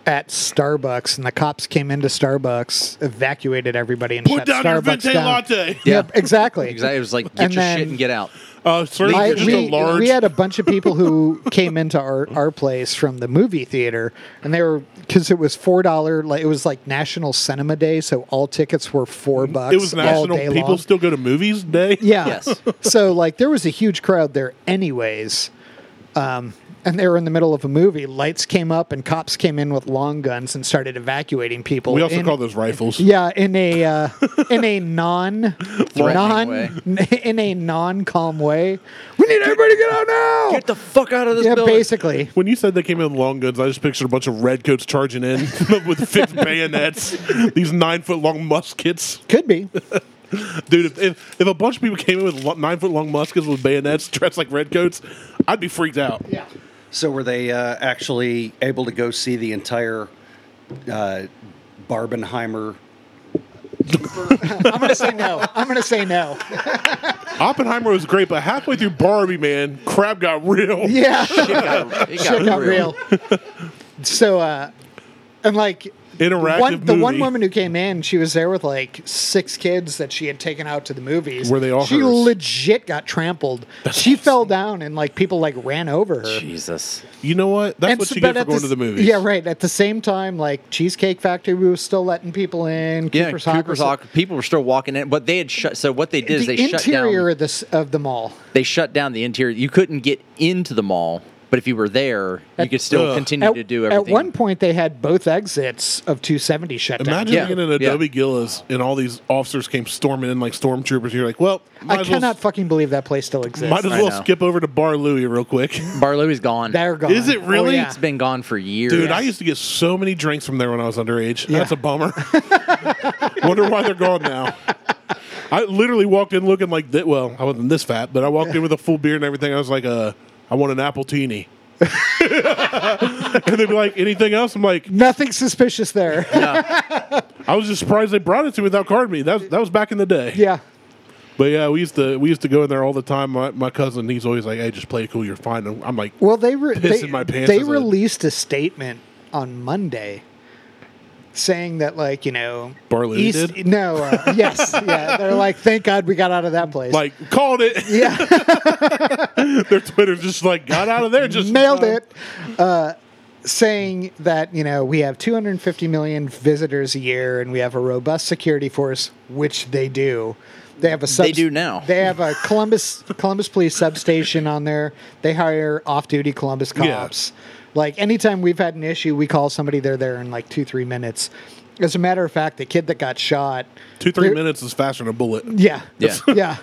Speaker 4: at Starbucks, and the cops came into Starbucks, evacuated everybody, and
Speaker 1: Put down
Speaker 4: shut
Speaker 1: your
Speaker 4: Starbucks
Speaker 1: vente
Speaker 4: down.
Speaker 1: latte.
Speaker 4: Yep, exactly.
Speaker 5: Exactly. It was like, get
Speaker 4: And
Speaker 5: your
Speaker 4: then-
Speaker 5: shit and get out.
Speaker 1: Uh, sir,
Speaker 4: I-
Speaker 1: just
Speaker 4: we,
Speaker 1: a large.
Speaker 4: we had a bunch of people who came into our, our place from the movie theater, and they were because it was four dollar. Like it was like National Cinema Day, so all tickets were four bucks.
Speaker 1: Mm-hmm. it was
Speaker 4: All
Speaker 1: national.
Speaker 4: day
Speaker 1: People
Speaker 4: long.
Speaker 1: still go to movies day.
Speaker 4: yeah.
Speaker 5: Yes.
Speaker 4: *laughs* so like there was a huge crowd there, anyways. Um, and they were in the middle of a movie. Lights came up, and cops came in with long guns and started evacuating people.
Speaker 1: We also
Speaker 4: in-
Speaker 1: call those rifles.
Speaker 4: yeah, in a uh, in a non non
Speaker 5: way.
Speaker 4: *laughs* in a non calm way. We need everybody to get out now.
Speaker 5: Get the fuck out of this
Speaker 4: yeah,
Speaker 5: building.
Speaker 4: basically.
Speaker 1: When you said they came in with long guns, I just pictured a bunch of redcoats charging in *laughs* with fixed bayonets, these nine foot long muskets.
Speaker 4: Could be.
Speaker 1: Dude, if, if, if a bunch of people came in with lo- nine foot long muskets with bayonets dressed like redcoats, I'd be freaked out. Yeah.
Speaker 6: So were they uh, actually able to go see the entire uh, Barbenheimer?
Speaker 4: I'm gonna say
Speaker 5: *laughs*
Speaker 4: no. I'm gonna say no.
Speaker 1: Oppenheimer was great, but halfway through Barbie, man, crap got real.
Speaker 4: Yeah.
Speaker 5: *laughs* It
Speaker 4: *laughs*
Speaker 5: got
Speaker 4: Shit got real. so uh and like
Speaker 1: Interactive
Speaker 4: one, the one
Speaker 1: movie.
Speaker 4: woman who came in, she was there with like six kids that she had taken out to the movies.
Speaker 1: Were they all
Speaker 4: She
Speaker 1: hers?
Speaker 4: legit got trampled. she fell down and like people like ran over her.
Speaker 5: Jesus.
Speaker 1: You know what? That's
Speaker 4: And
Speaker 1: what
Speaker 4: so-
Speaker 1: you get
Speaker 4: but
Speaker 1: for
Speaker 4: at
Speaker 1: going to
Speaker 4: s-
Speaker 1: the movies.
Speaker 4: Yeah, right. At the same time, like Cheesecake Factory, we were still letting people in.
Speaker 5: Yeah,
Speaker 4: Cooper's
Speaker 5: Cooper's
Speaker 4: Hawk was-
Speaker 5: Hawk. People were still walking in, but they had shut. So what they did is
Speaker 4: The
Speaker 5: they
Speaker 4: interior
Speaker 5: shut down.
Speaker 4: of this of the mall.
Speaker 5: They shut down the interior. You couldn't get into the mall, but if you were there, you
Speaker 4: At-
Speaker 5: could still
Speaker 1: Ugh.
Speaker 5: continue
Speaker 4: at,
Speaker 5: to do
Speaker 4: at
Speaker 5: everything.
Speaker 4: one point, they had both exits of 270 shut
Speaker 1: Imagine
Speaker 5: Yeah.
Speaker 1: being in an
Speaker 5: Yeah.
Speaker 1: Adobe Gillis and all these officers came storming in like stormtroopers. You're like, well,
Speaker 4: down.
Speaker 1: might
Speaker 4: I
Speaker 1: as well-
Speaker 4: cannot fucking believe that place still exists.
Speaker 1: Might as
Speaker 5: I
Speaker 1: well
Speaker 5: know.
Speaker 1: skip over to Bar Louie real quick.
Speaker 5: Barlow's gone.
Speaker 4: They're gone.
Speaker 1: Is it
Speaker 4: Oh,
Speaker 1: really?
Speaker 4: yeah.
Speaker 5: It's been gone for years.
Speaker 1: Dude, I used to get so many drinks from there when I was underage.
Speaker 4: Yeah.
Speaker 1: That's a bummer. *laughs* Wonder why they're gone now. I literally walked in looking like that. Well, I wasn't this fat, but I walked in with a full beard and everything. I was like, uh, I want an apple teeny. *laughs* and they'd be like, anything else? I'm like,
Speaker 4: Nothing suspicious
Speaker 5: *laughs*
Speaker 4: there. Yeah.
Speaker 1: I was just surprised they brought it to me without carding me. That was, that was back in the day. But yeah, we used to we used to go in there all the time. My, my cousin, he's always like, "Hey, just play it cool. You're fine." I'm like,
Speaker 4: Well, they re-
Speaker 1: Pissing
Speaker 4: they,
Speaker 1: my pants
Speaker 4: they
Speaker 1: as a-
Speaker 4: released a statement on Monday saying that like you know
Speaker 1: Barlow
Speaker 4: East,
Speaker 1: did?
Speaker 4: no uh, yes yeah they're like thank God we got out of that place
Speaker 1: like called it. *laughs*
Speaker 4: yeah.
Speaker 1: Their Twitter's just like got out of there. *laughs* Just
Speaker 4: *laughs* nailed it. Uh, saying that you know we have 250 million visitors a year and we have a robust security force, which they do. They have a sub-
Speaker 5: They do now.
Speaker 4: They have a Columbus Columbus Police substation on there. They hire off-duty Columbus
Speaker 1: Yeah.
Speaker 4: cops. Like anytime we've had an issue, we call somebody. They're there in like two three minutes. As a matter of fact, the kid that got shot.
Speaker 1: Two three
Speaker 4: There-
Speaker 1: minutes is faster than a bullet. *laughs*
Speaker 4: Yeah.
Speaker 5: Yeah.
Speaker 4: Yeah.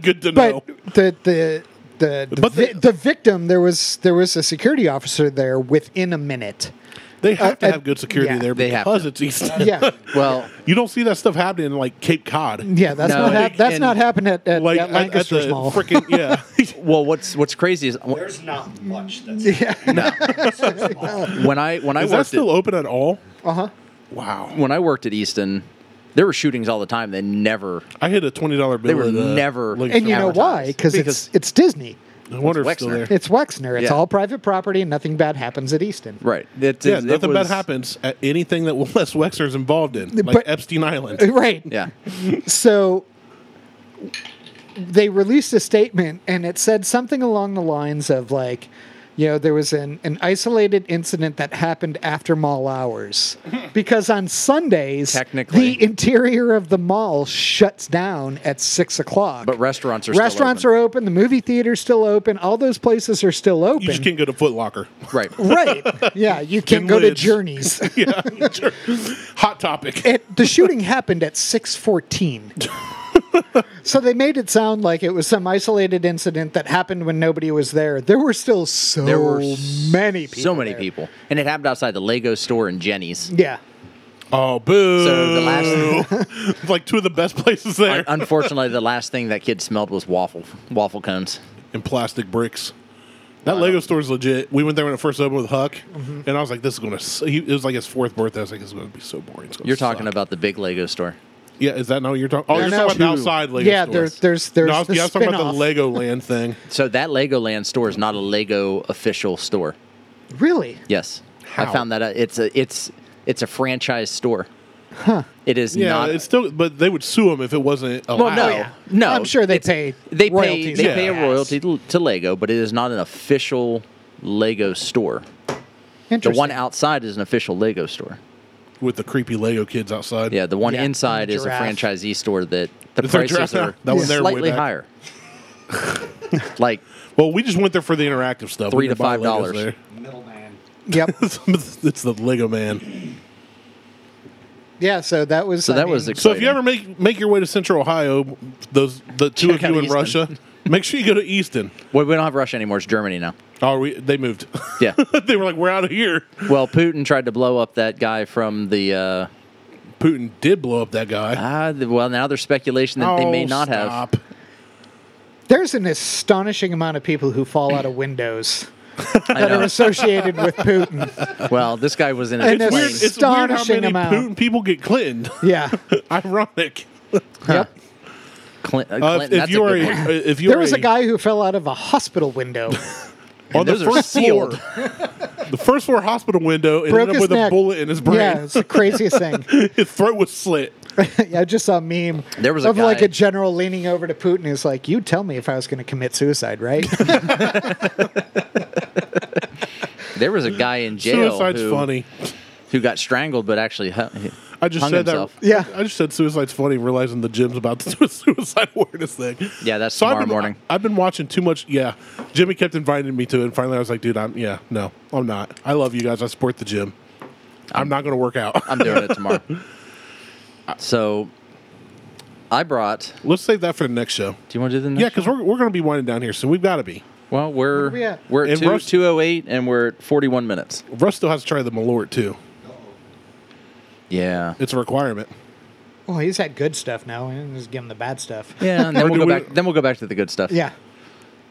Speaker 1: Good to know.
Speaker 4: but the the the the,
Speaker 1: But
Speaker 4: vi-
Speaker 1: the-
Speaker 4: the victim there was there was a security officer there within a minute.
Speaker 1: They have to
Speaker 4: uh,
Speaker 1: have good security
Speaker 4: yeah.
Speaker 1: there
Speaker 5: They have
Speaker 1: because
Speaker 5: to.
Speaker 1: it's East.
Speaker 4: *laughs* Yeah,
Speaker 5: Well,
Speaker 1: *laughs* you don't see that stuff happening in like Cape Cod.
Speaker 4: yeah, that's
Speaker 5: No,
Speaker 4: not hap-
Speaker 5: like,
Speaker 4: that's
Speaker 5: and-
Speaker 4: not happening at, at,
Speaker 1: Like
Speaker 4: at
Speaker 1: at- at,
Speaker 4: Lancaster's
Speaker 1: the
Speaker 4: mall.
Speaker 1: freaking
Speaker 4: *laughs*
Speaker 1: yeah. *laughs*
Speaker 5: well, what's what's crazy is
Speaker 6: There's not much *laughs* that's
Speaker 5: when I when I
Speaker 1: is that
Speaker 5: worked
Speaker 1: still
Speaker 5: at,
Speaker 1: open at all?
Speaker 4: Uh huh.
Speaker 1: Wow.
Speaker 5: when I worked at Easton, there were shootings all the time. They never
Speaker 1: I hit a twenty dollar bill.
Speaker 5: were
Speaker 1: at, uh,
Speaker 5: never-
Speaker 1: Lincoln
Speaker 4: And you know
Speaker 1: Center.
Speaker 4: why? Because it's it's Disney.
Speaker 1: I wonder if it's still
Speaker 4: *laughs*
Speaker 5: Wexner.
Speaker 1: there.
Speaker 4: It's Wexner. It's
Speaker 5: Yeah.
Speaker 4: all private property, and nothing bad happens at Easton.
Speaker 5: right. It,
Speaker 1: yeah,
Speaker 5: it
Speaker 1: nothing bad
Speaker 5: was-
Speaker 1: happens at anything that *laughs* Les Wexner's involved in, like
Speaker 4: But-
Speaker 1: Epstein Island.
Speaker 4: *laughs* Right.
Speaker 5: Yeah,
Speaker 4: So they released a statement and it said something along the lines of like, you know, there was an, an isolated incident that happened after mall hours. Because on Sundays,
Speaker 5: Technically.
Speaker 4: the interior of the mall shuts down at six o'clock.
Speaker 5: but restaurants are
Speaker 4: Restaurants
Speaker 5: still
Speaker 4: are open, the movie theater's still open, all those places are still
Speaker 1: You just
Speaker 4: open.
Speaker 1: can't go to Foot Locker. *laughs*
Speaker 5: are right.
Speaker 4: Right. Yeah, you can
Speaker 1: And
Speaker 4: go to
Speaker 1: lids.
Speaker 4: Journeys.
Speaker 1: yeah, sure. hot topic.
Speaker 4: it, the
Speaker 5: *laughs*
Speaker 4: shooting happened at 6:14. so they made it sound like it was some isolated incident that happened when nobody was there. There were still so
Speaker 5: There were
Speaker 4: Oh, many people.
Speaker 5: So many
Speaker 4: there.
Speaker 5: people, and it happened outside the Lego store and Jenny's.
Speaker 4: Yeah.
Speaker 1: Oh, boo!
Speaker 5: So the last,
Speaker 1: *laughs* It's like two of the best places there,
Speaker 5: *laughs* unfortunately, the last thing that kid smelled was waffle waffle cones.
Speaker 1: and plastic bricks. That Lego store's legit. We went there when it first opened with Huck,
Speaker 4: Mm-hmm.
Speaker 1: and I was like, "This is gonna." s- He, it was like his fourth birthday. I was like, "This is gonna be so boring." It's gonna
Speaker 5: You're talking
Speaker 1: suck."
Speaker 5: about the big Lego store.
Speaker 1: yeah? Is that not what you're talking? Oh, you're
Speaker 4: No,
Speaker 1: talking about
Speaker 4: no.
Speaker 1: the outside Lego.
Speaker 4: yeah,
Speaker 1: store.
Speaker 4: there's there's there's
Speaker 1: No, I was,
Speaker 4: the
Speaker 1: yeah, I was talking about
Speaker 4: spin-off.
Speaker 1: the Lego Land thing.
Speaker 5: So that Legoland store is not a Lego official store.
Speaker 4: Really?
Speaker 5: Yes.
Speaker 1: How?
Speaker 5: I found that out. It's a it's it's a franchise store. It is
Speaker 1: Yeah,
Speaker 5: not.
Speaker 1: it's still, but they would sue them if it wasn't allowed.
Speaker 5: well, no, no.
Speaker 4: Oh, I'm sure they
Speaker 5: It's-
Speaker 4: pay
Speaker 5: They pay
Speaker 4: royalties
Speaker 5: they
Speaker 1: on
Speaker 5: pay
Speaker 4: that.
Speaker 5: a royalty to, to Lego, but it is not an official Lego store. The
Speaker 4: Interesting.
Speaker 5: one outside is an official Lego store.
Speaker 1: with the creepy Lego kids outside.
Speaker 5: Yeah, the one
Speaker 4: Yeah,
Speaker 5: inside
Speaker 4: and the
Speaker 5: is a
Speaker 4: giraffe.
Speaker 5: franchisee store that the
Speaker 1: Is there a
Speaker 5: prices
Speaker 1: giraffe?
Speaker 5: are
Speaker 1: *laughs* That was there way
Speaker 5: slightly
Speaker 1: back. *laughs*
Speaker 5: higher. like
Speaker 1: Well, we just went there for the interactive stuff. We
Speaker 5: Three
Speaker 1: didn't
Speaker 5: to
Speaker 1: buy
Speaker 5: five
Speaker 1: Legos
Speaker 5: dollars.
Speaker 1: there.
Speaker 6: Middleman.
Speaker 4: Yep.
Speaker 1: *laughs*
Speaker 5: *laughs*
Speaker 1: it's the Lego man.
Speaker 4: Yeah. So that was.
Speaker 5: so that was
Speaker 4: mean,
Speaker 1: So
Speaker 5: exciting.
Speaker 1: if you ever make make your way to Central Ohio, those the two of
Speaker 5: Check
Speaker 1: you
Speaker 5: out
Speaker 1: in
Speaker 5: Easton.
Speaker 1: Russia, make sure you go to Easton.
Speaker 5: well, we don't have Russia anymore. It's Germany now.
Speaker 1: Oh, we, they moved. *laughs*
Speaker 5: Yeah.
Speaker 1: they were like, we're out of here.
Speaker 5: Well, Putin tried to blow up that guy from the. Uh,
Speaker 1: Putin did blow up that guy.
Speaker 5: ah, th- well, now there's speculation that Ah, they may
Speaker 1: Oh,
Speaker 5: not have.
Speaker 1: stop.
Speaker 4: there's an astonishing amount of people who fall
Speaker 5: *clears throat*
Speaker 4: out of windows
Speaker 5: I
Speaker 4: that are
Speaker 5: know.
Speaker 4: associated
Speaker 5: *laughs*
Speaker 4: with Putin.
Speaker 5: well, this guy was in a.
Speaker 4: And
Speaker 5: plane.
Speaker 4: there's-
Speaker 1: Weird, it's weird how
Speaker 4: Astonishing
Speaker 1: many
Speaker 4: amount.
Speaker 1: Putin people get Clinton.
Speaker 4: Yeah.
Speaker 1: *laughs* Ironic.
Speaker 4: Yep.
Speaker 5: Clin-
Speaker 1: Uh,
Speaker 5: uh, Clinton,
Speaker 1: if
Speaker 5: that's
Speaker 1: you
Speaker 5: a
Speaker 1: are,
Speaker 5: good
Speaker 1: a-
Speaker 5: one.
Speaker 1: *laughs* if you
Speaker 4: There
Speaker 1: are
Speaker 4: was a guy who fell out of a hospital
Speaker 5: *laughs*
Speaker 4: window.
Speaker 1: on the
Speaker 5: those are
Speaker 1: first floor, *laughs*
Speaker 5: sealed.
Speaker 1: the first floor hospital window, and
Speaker 4: broke
Speaker 1: ended up
Speaker 4: his
Speaker 1: with
Speaker 4: neck.
Speaker 1: a bullet in his brain.
Speaker 4: Yeah, it's the craziest thing.
Speaker 1: *laughs*
Speaker 4: *laughs*
Speaker 1: his throat was slit.
Speaker 4: I just saw a meme
Speaker 5: There was a
Speaker 4: of like
Speaker 5: guy-
Speaker 4: a general leaning over to Putin who's like, "You tell me if I was going to commit
Speaker 1: *laughs*
Speaker 4: suicide, right?" *laughs*
Speaker 5: There was a guy in jail
Speaker 1: Suicide's
Speaker 5: who,
Speaker 1: funny.
Speaker 5: who got strangled, but actually hu-
Speaker 1: I just
Speaker 5: hung
Speaker 1: said
Speaker 5: himself.
Speaker 1: that.
Speaker 4: Yeah.
Speaker 1: I just said suicide's funny, realizing the gym's about to *laughs* do a suicide awareness thing.
Speaker 5: Yeah, that's
Speaker 1: I've
Speaker 5: tomorrow
Speaker 1: been-
Speaker 5: morning.
Speaker 1: I've been watching too much. Yeah, Jimmy kept inviting me to it, and finally I was like, dude, I'm yeah, no, I'm not. I love you guys. I support the gym. I'm, not going to work out. *laughs*
Speaker 5: I'm doing it tomorrow. so, I brought.
Speaker 1: Let's save that for the next show.
Speaker 5: Do you want to do the next?
Speaker 1: Yeah, because we're, we're going to be winding down here, so we've got to be.
Speaker 5: well, we're
Speaker 4: we at?
Speaker 5: we're at
Speaker 1: And
Speaker 5: two
Speaker 1: Russ-
Speaker 5: two oh eight, and we're at forty one minutes.
Speaker 1: Russ still has to try the Malort too.
Speaker 5: Yeah.
Speaker 1: It's a requirement.
Speaker 4: well, he's had good stuff now. and just give him the bad stuff.
Speaker 5: Yeah, and then we'll
Speaker 1: do
Speaker 5: go
Speaker 1: we-
Speaker 5: back. Then we'll go back to the good stuff.
Speaker 4: Yeah.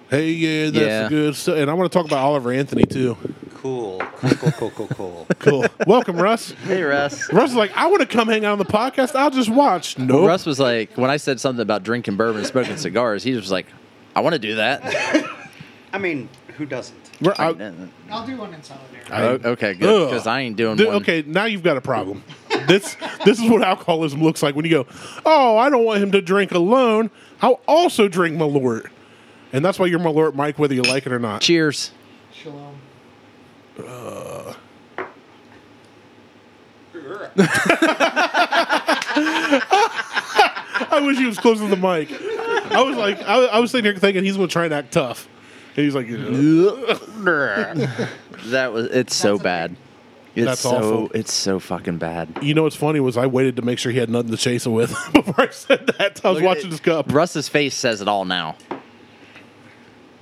Speaker 1: Hey, yeah, that's
Speaker 5: Yeah.
Speaker 1: good stuff. And I want to talk about Oliver Anthony too.
Speaker 6: Cool. Cool, cool, cool, cool, cool.
Speaker 1: Cool. *laughs* Welcome, Russ.
Speaker 5: Hey,
Speaker 1: *laughs*
Speaker 5: Russ.
Speaker 1: Russ is like, I want to come hang out on the podcast. I'll just watch. No,
Speaker 5: Russ was like, when I said something about drinking bourbon and smoking cigars, he was like, I want to
Speaker 1: *laughs*
Speaker 5: do that.
Speaker 6: *laughs* I mean, who doesn't?
Speaker 1: I,
Speaker 4: I'll do one in solidarity.
Speaker 5: Oh, okay, good. Because I ain't doing
Speaker 1: Dude,
Speaker 5: one.
Speaker 1: Okay, now you've got a problem. this this is what alcoholism looks like when you go, oh, I don't want him to drink alone. I'll also drink Malort, and that's why you're Malort Mike, whether you like it or
Speaker 5: *laughs*
Speaker 1: not. *laughs*
Speaker 5: Cheers.
Speaker 4: Shalom.
Speaker 1: I wish he was closer to the mic. I was like, I, I was sitting here thinking he's going to try and act tough, and he's like, "Ugh."
Speaker 5: That was. It's so bad. It's
Speaker 1: That's
Speaker 5: so.
Speaker 1: awful.
Speaker 5: It's so fucking bad.
Speaker 1: you know what's funny was I waited to make sure he had nothing to chase him with *laughs* before I said that. I was
Speaker 5: Look at
Speaker 1: watching
Speaker 5: it.
Speaker 1: his cup.
Speaker 5: Russ's face says it all now.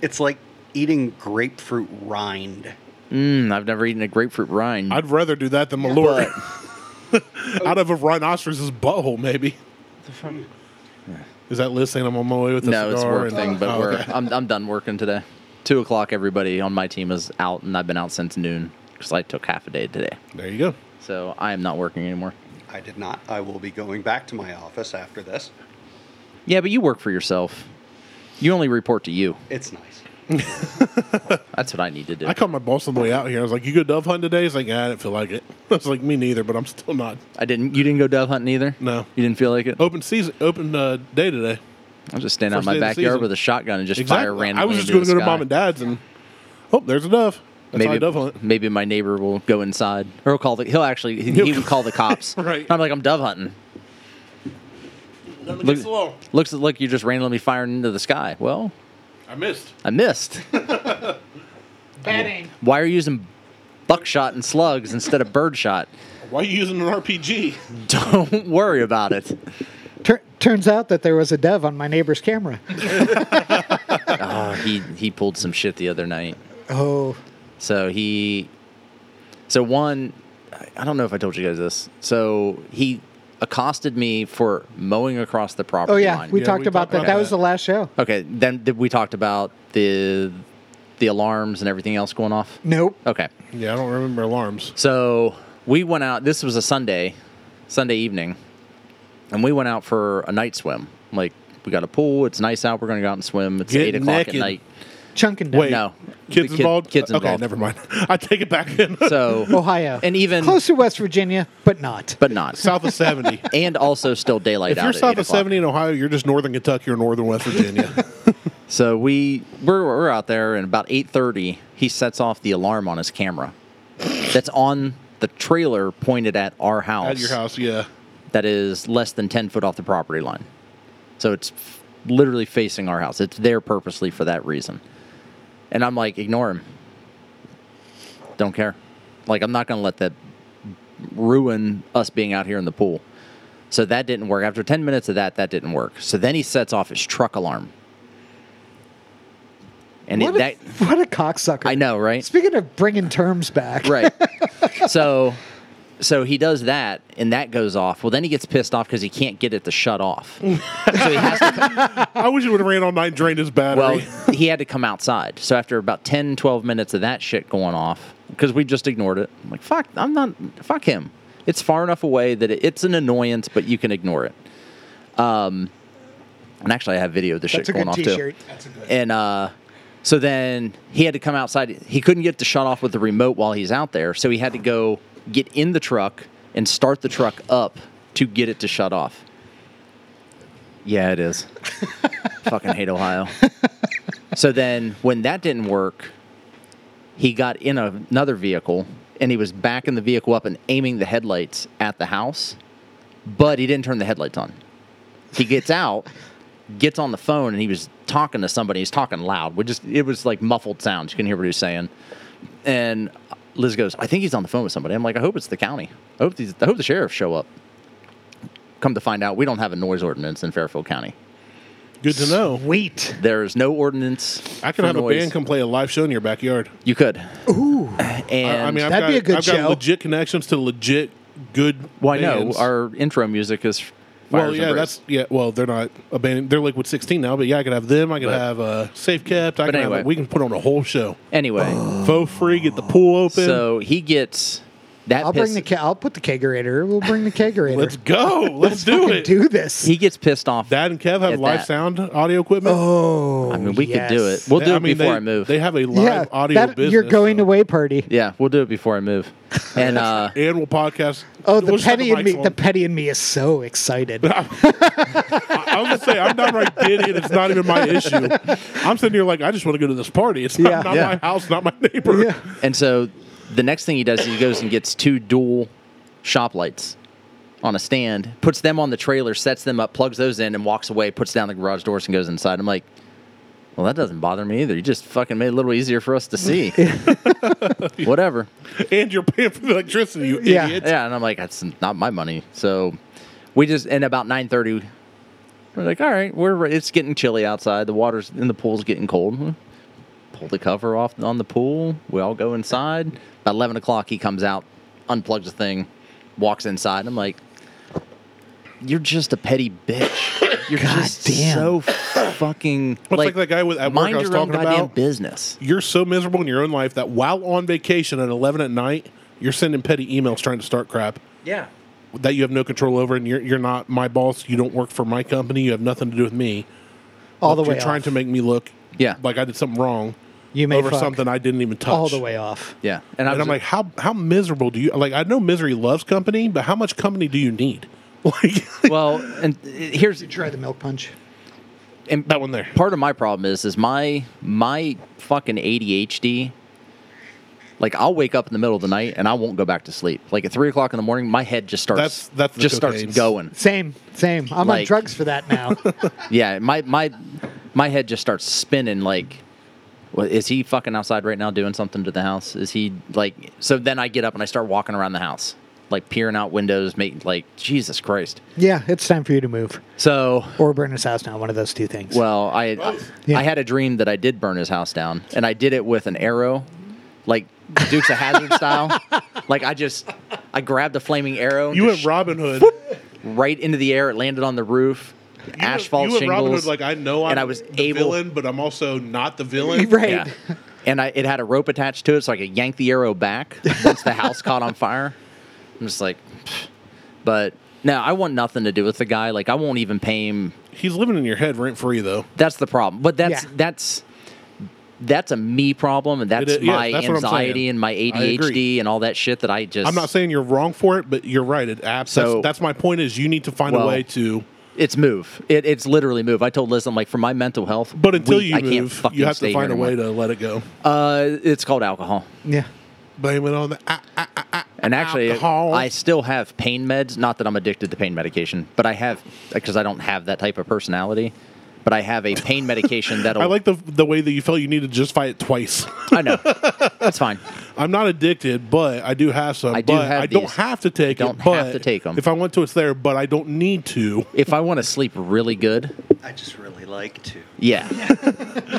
Speaker 6: It's like eating grapefruit rind.
Speaker 5: Mm, I've never eaten a grapefruit rind.
Speaker 1: I'd rather do that than Malort. *laughs* Out of a rhinoceros's butthole, maybe. Is that Liz saying I'm on my way with a
Speaker 5: no, it's
Speaker 1: cigar
Speaker 5: work
Speaker 1: and-
Speaker 5: thing, but
Speaker 1: Oh,
Speaker 5: we're.
Speaker 1: okay.
Speaker 5: I'm, I'm done working today. Two o'clock. Everybody on my team is out, and I've been out since noon because I took half a day today.
Speaker 1: There you go.
Speaker 5: So I am not working anymore.
Speaker 6: I did not. I will be going back to my office after this.
Speaker 5: Yeah, but you work for yourself. You only report to you.
Speaker 6: It's nice.
Speaker 5: That's what I need to do.
Speaker 1: I called my boss on the way out here. I was like, "You go dove hunt today?" He's like, "Yeah, "I didn't feel like it." *laughs* I was like, "Me neither," but I'm still not.
Speaker 5: I didn't. You didn't go dove hunting either.
Speaker 1: No.
Speaker 5: you didn't feel like it.
Speaker 1: Open season, open uh, day today.
Speaker 5: I'm just standing out
Speaker 1: first
Speaker 5: in my
Speaker 1: day of the
Speaker 5: backyard
Speaker 1: season.
Speaker 5: with a shotgun and just fire randomly.
Speaker 1: I was just
Speaker 5: into
Speaker 1: going to
Speaker 5: the
Speaker 1: go to
Speaker 5: sky.
Speaker 1: mom and dad's, and oh, there's a dove. That's how I
Speaker 5: Maybe
Speaker 1: dove hunt.
Speaker 5: maybe my neighbor will go inside, or he'll call the. He'll actually he, he would
Speaker 1: *laughs*
Speaker 5: call the cops.
Speaker 1: Right.
Speaker 5: And I'm like I'm dove hunting. Look- looks like you just randomly firing into the sky. Well,
Speaker 1: I missed.
Speaker 5: I missed.
Speaker 4: Bad aim.
Speaker 5: Why are you using buckshot and slugs instead of birdshot?
Speaker 1: Why are you using an RPG?
Speaker 5: *laughs* Don't worry about it.
Speaker 4: Tur- turns out that there was a dove on my
Speaker 1: *laughs*
Speaker 4: neighbor's camera.
Speaker 5: Oh, he he pulled some shit the other night.
Speaker 4: Oh,
Speaker 5: So he, so one, I- I don't know if I told you guys this. So he accosted me for mowing across the property
Speaker 4: oh yeah,
Speaker 5: line.
Speaker 4: we
Speaker 1: Yeah,
Speaker 4: talked
Speaker 1: we
Speaker 4: about
Speaker 1: talked
Speaker 4: that.
Speaker 1: about
Speaker 4: That was
Speaker 1: that.
Speaker 4: the last show.
Speaker 5: okay, then th- we talked about the the alarms and everything else going off.
Speaker 4: Nope.
Speaker 5: Okay,
Speaker 1: Yeah, I don't remember alarms.
Speaker 5: so we went out. This was a Sunday, Sunday evening, and we went out for a night swim. Like we got a pool. It's nice out. We're going to go out and swim. It's
Speaker 1: Get
Speaker 5: eight o'clock
Speaker 1: naked.
Speaker 5: at night.
Speaker 4: Chunkin'
Speaker 1: Wait,
Speaker 5: No.
Speaker 1: Kids
Speaker 5: The kid-
Speaker 1: involved.
Speaker 5: kids
Speaker 1: Okay,
Speaker 5: involved.
Speaker 1: never mind. *laughs* I take it back. In
Speaker 5: So
Speaker 4: Ohio.
Speaker 5: and even
Speaker 4: close to West Virginia, but not.
Speaker 5: but not
Speaker 1: *laughs* south of seventy.
Speaker 5: and also still
Speaker 1: *laughs*
Speaker 5: daylight
Speaker 1: If
Speaker 5: out.
Speaker 1: you're
Speaker 5: at
Speaker 1: south
Speaker 5: 8
Speaker 1: of
Speaker 5: o'clock.
Speaker 1: 70 in Ohio, you're just northern Kentucky or northern West Virginia.
Speaker 5: So we we're, we're out there, and about eight thirty, he sets off the alarm on his camera. That's on the trailer pointed at our house.
Speaker 1: *laughs* At your house, yeah.
Speaker 5: That is less than ten foot off the property line. So it's f- literally facing our house. It's there purposely for that reason. And I'm like, ignore him. Don't care. Like I'm not gonna let that ruin us being out here in the pool. So that didn't work. After ten minutes of that, that didn't work. So then he sets off his truck alarm. And it,
Speaker 4: what,
Speaker 5: that
Speaker 4: a, what a cocksucker.
Speaker 5: I know, right?
Speaker 4: Speaking of bringing terms back,
Speaker 5: Right. *laughs* so so he does that and that goes off. Well then he gets pissed off because he can't get it to shut
Speaker 4: *laughs*
Speaker 5: off. so he has to
Speaker 1: I wish it would have ran all night and drained his
Speaker 5: well
Speaker 1: battery.
Speaker 5: he had to come outside. So after about 10, 12 minutes of that shit going off, because we just ignored it. I'm like, fuck, I'm not fuck him. It's far enough away that it, it's an annoyance, but you can ignore it. Um and actually I have video of the
Speaker 4: that's
Speaker 5: shit
Speaker 4: a
Speaker 5: going
Speaker 4: good
Speaker 5: off
Speaker 4: T-shirt.
Speaker 5: too. And uh, so then he had to come outside. He couldn't get the shut off with the remote while he's out there. So he had to go get in the truck and start the truck up to get it to shut off. Yeah, it is. *laughs* Fucking hate Ohio. So then when that didn't work, he got in a- another vehicle and he was backing the vehicle up and aiming the headlights at the house, but he didn't turn the headlights on. He gets out gets on the phone and he was talking to somebody. He's talking loud. We just it was like muffled sounds. You can hear what he was saying. And Liz goes, "I think he's on the phone with somebody." I'm like, "I hope it's the county. I hope these, I hope the sheriff show up." Come to find out, we don't have a noise ordinance in Fairfield County.
Speaker 1: *laughs* Good to know.
Speaker 4: Wait.
Speaker 5: There is no ordinance.
Speaker 1: I could
Speaker 5: for
Speaker 1: have a
Speaker 5: noise.
Speaker 1: band come play a live show in your backyard.
Speaker 5: You could. Ooh. And
Speaker 1: I, I mean, I've
Speaker 4: That'd
Speaker 1: got,
Speaker 4: be a good
Speaker 1: I've
Speaker 4: show.
Speaker 1: got legit connections to legit good.
Speaker 5: why no?
Speaker 1: bands.
Speaker 5: Our intro music is.
Speaker 1: well,
Speaker 5: Fires
Speaker 1: yeah,
Speaker 5: and Brews.
Speaker 1: that's yeah. Well, they're not a band. They're Liquid 16 now, but yeah, I could have them. I could
Speaker 5: But-
Speaker 1: have uh, Safe Kept. I
Speaker 5: but
Speaker 1: could
Speaker 5: anyway.
Speaker 1: have, we can put on a whole show. *sighs*
Speaker 5: anyway.
Speaker 1: Faux free, get the pool open.
Speaker 5: so he gets that.
Speaker 4: I'll bring
Speaker 5: piss-
Speaker 4: the ca- I'll put the kegerator. We'll bring the kegerator.
Speaker 1: let's go.
Speaker 4: *laughs*
Speaker 1: Let's, do
Speaker 4: fucking
Speaker 1: it.
Speaker 4: do this.
Speaker 5: He gets pissed off.
Speaker 1: Dad and Kev have
Speaker 5: At
Speaker 1: live
Speaker 5: that.
Speaker 1: sound audio equipment.
Speaker 4: oh,
Speaker 5: I mean, we
Speaker 4: yes.
Speaker 5: could do it. We'll
Speaker 1: They-
Speaker 5: do it
Speaker 1: I mean,
Speaker 5: before
Speaker 1: they,
Speaker 5: I move.
Speaker 1: They have a live
Speaker 4: yeah,
Speaker 1: audio
Speaker 4: that-
Speaker 1: business. uh,
Speaker 4: you're going
Speaker 1: so-
Speaker 4: away party.
Speaker 5: Yeah, we'll do it before
Speaker 1: *laughs*
Speaker 5: I move. And uh,
Speaker 1: and we'll podcast.
Speaker 4: Oh, the
Speaker 1: we'll just have
Speaker 4: petty in
Speaker 1: mics
Speaker 4: me. The
Speaker 1: on.
Speaker 4: petty in me is so excited.
Speaker 1: *laughs*
Speaker 4: *laughs*
Speaker 1: I was gonna say I'm downright giddy, and it's not even
Speaker 4: *laughs*
Speaker 1: my issue. I'm sitting here like I just want to go to this party. It's not,
Speaker 4: Yeah.
Speaker 1: not
Speaker 5: Yeah.
Speaker 1: my house, not my neighbor.
Speaker 4: Yeah.
Speaker 5: and so the next thing he does is he goes and gets two dual shop lights on a stand, puts them on the trailer, sets them up, plugs those in, and walks away, puts down the garage doors, and goes inside. I'm like, well, that doesn't bother me either. You just fucking made it a little easier for us to see. Whatever.
Speaker 1: And you're paying for the electricity, you
Speaker 4: Yeah.
Speaker 1: idiot.
Speaker 5: Yeah, and I'm like, that's not my money. So we just and about nine thirty, we're like, all right, we're re- it's getting chilly outside. The water's in the pool's getting cold. Hmm. Pull the cover off on the pool. We all go inside. About eleven o'clock, he comes out, unplugs the thing, walks inside. I'm like, you're just a petty bitch. You're just
Speaker 4: damn.
Speaker 5: so fucking
Speaker 1: Well, it's like that guy with- at work
Speaker 5: mind
Speaker 1: I was
Speaker 5: your own
Speaker 1: talking
Speaker 5: goddamn
Speaker 1: about.
Speaker 5: business.
Speaker 1: You're so miserable in your own life that while on vacation at 11 at night, you're sending petty emails trying to start crap
Speaker 3: Yeah.
Speaker 1: that you have no control over, and you're you're not my boss. You don't work for my company. You have nothing to do with me.
Speaker 4: all the
Speaker 1: But
Speaker 4: way.
Speaker 1: You're trying
Speaker 4: off.
Speaker 1: to make me look
Speaker 5: Yeah.
Speaker 1: like I did something wrong
Speaker 4: you may
Speaker 1: over
Speaker 4: fuck
Speaker 1: something I didn't even touch.
Speaker 4: all the way off.
Speaker 5: Yeah, I
Speaker 1: And
Speaker 5: was-
Speaker 1: I'm like, how how miserable do you like? I know misery loves company, but how much company do you need? *laughs* Like
Speaker 5: well, and uh, here's
Speaker 4: Try the milk punch.
Speaker 5: and
Speaker 1: that one there.
Speaker 5: part of my problem is is my my fucking ADHD. Like I'll wake up in the middle of the night and I won't go back to sleep. Like at three o'clock in the morning, my head just starts
Speaker 1: That's- that's the
Speaker 5: just starts
Speaker 1: cocaine's.
Speaker 5: going.
Speaker 4: Same, same. I'm on
Speaker 5: Like-
Speaker 4: drugs for that
Speaker 1: *laughs*
Speaker 4: now.
Speaker 5: Yeah, my my my head just starts spinning. Like, what, is he fucking outside right now doing something to the house? Is he like? So then I get up and I start walking around the house, like peering out windows, making like Jesus Christ.
Speaker 4: yeah, it's time for you to move
Speaker 5: So
Speaker 4: or burn his house down. One of those two things.
Speaker 5: Well, I
Speaker 1: Oh.
Speaker 5: I,
Speaker 4: Yeah.
Speaker 5: I had a dream that I did burn his house down, and I did it with an arrow, like Dukes of
Speaker 1: *laughs*
Speaker 5: Hazard style. Like I just I grabbed a flaming arrow, and
Speaker 1: You
Speaker 5: just
Speaker 1: and Robin Hood.
Speaker 5: sh- right into the air. It landed on the roof, asphalt
Speaker 1: you and
Speaker 5: shingles.
Speaker 1: Robin Hood, like I know I'm
Speaker 5: and I was
Speaker 1: the
Speaker 5: able.
Speaker 1: villain, but I'm also not the villain.
Speaker 4: right.
Speaker 5: Yeah. And I, it had a rope attached to it, so I could yank the arrow back once the house caught on fire. I'm just like, pfft. but no, I want nothing to do with the guy. Like I won't even pay him
Speaker 1: He's living in your head rent free though.
Speaker 5: That's the problem. But that's
Speaker 4: Yeah.
Speaker 5: that's that's a me problem, and that's
Speaker 1: It is- yeah,
Speaker 5: my
Speaker 1: that's what I'm
Speaker 5: anxiety
Speaker 1: saying.
Speaker 5: and my ADHD and all that shit that I just.
Speaker 1: I'm not saying you're wrong for it, but you're right. It abs- that's,
Speaker 5: So-
Speaker 1: that's my point. Is you need to find
Speaker 5: Well-
Speaker 1: a way to.
Speaker 5: It's move. It, it's literally move. I told Liz, I'm like, for my mental health,
Speaker 1: But until
Speaker 5: we-
Speaker 1: you
Speaker 5: I can't
Speaker 1: move,
Speaker 5: fucking
Speaker 1: you have
Speaker 5: stay
Speaker 1: to
Speaker 5: here
Speaker 1: find a
Speaker 5: anymore.
Speaker 1: way to let it go.
Speaker 5: Uh, it's called alcohol.
Speaker 4: Yeah.
Speaker 1: Blame it on the. I,
Speaker 5: And actually,
Speaker 1: Alcohol.
Speaker 5: I still have pain meds. Not that I'm addicted to pain medication, but I have because I don't have that type of personality. But I have a pain medication that'll.
Speaker 1: *laughs* I like the the way that you felt you needed to justify it twice. *laughs*
Speaker 5: I know. That's fine.
Speaker 1: I'm not addicted, but I do have some.
Speaker 5: I do
Speaker 1: but
Speaker 5: have
Speaker 1: I don't
Speaker 5: these.
Speaker 1: have to take
Speaker 5: I don't
Speaker 1: it.
Speaker 5: have
Speaker 1: but
Speaker 5: to take 'em.
Speaker 1: If I want to, it's there, but I don't need to.
Speaker 5: If I want to sleep really good,
Speaker 6: I just really like to.
Speaker 5: yeah. *laughs*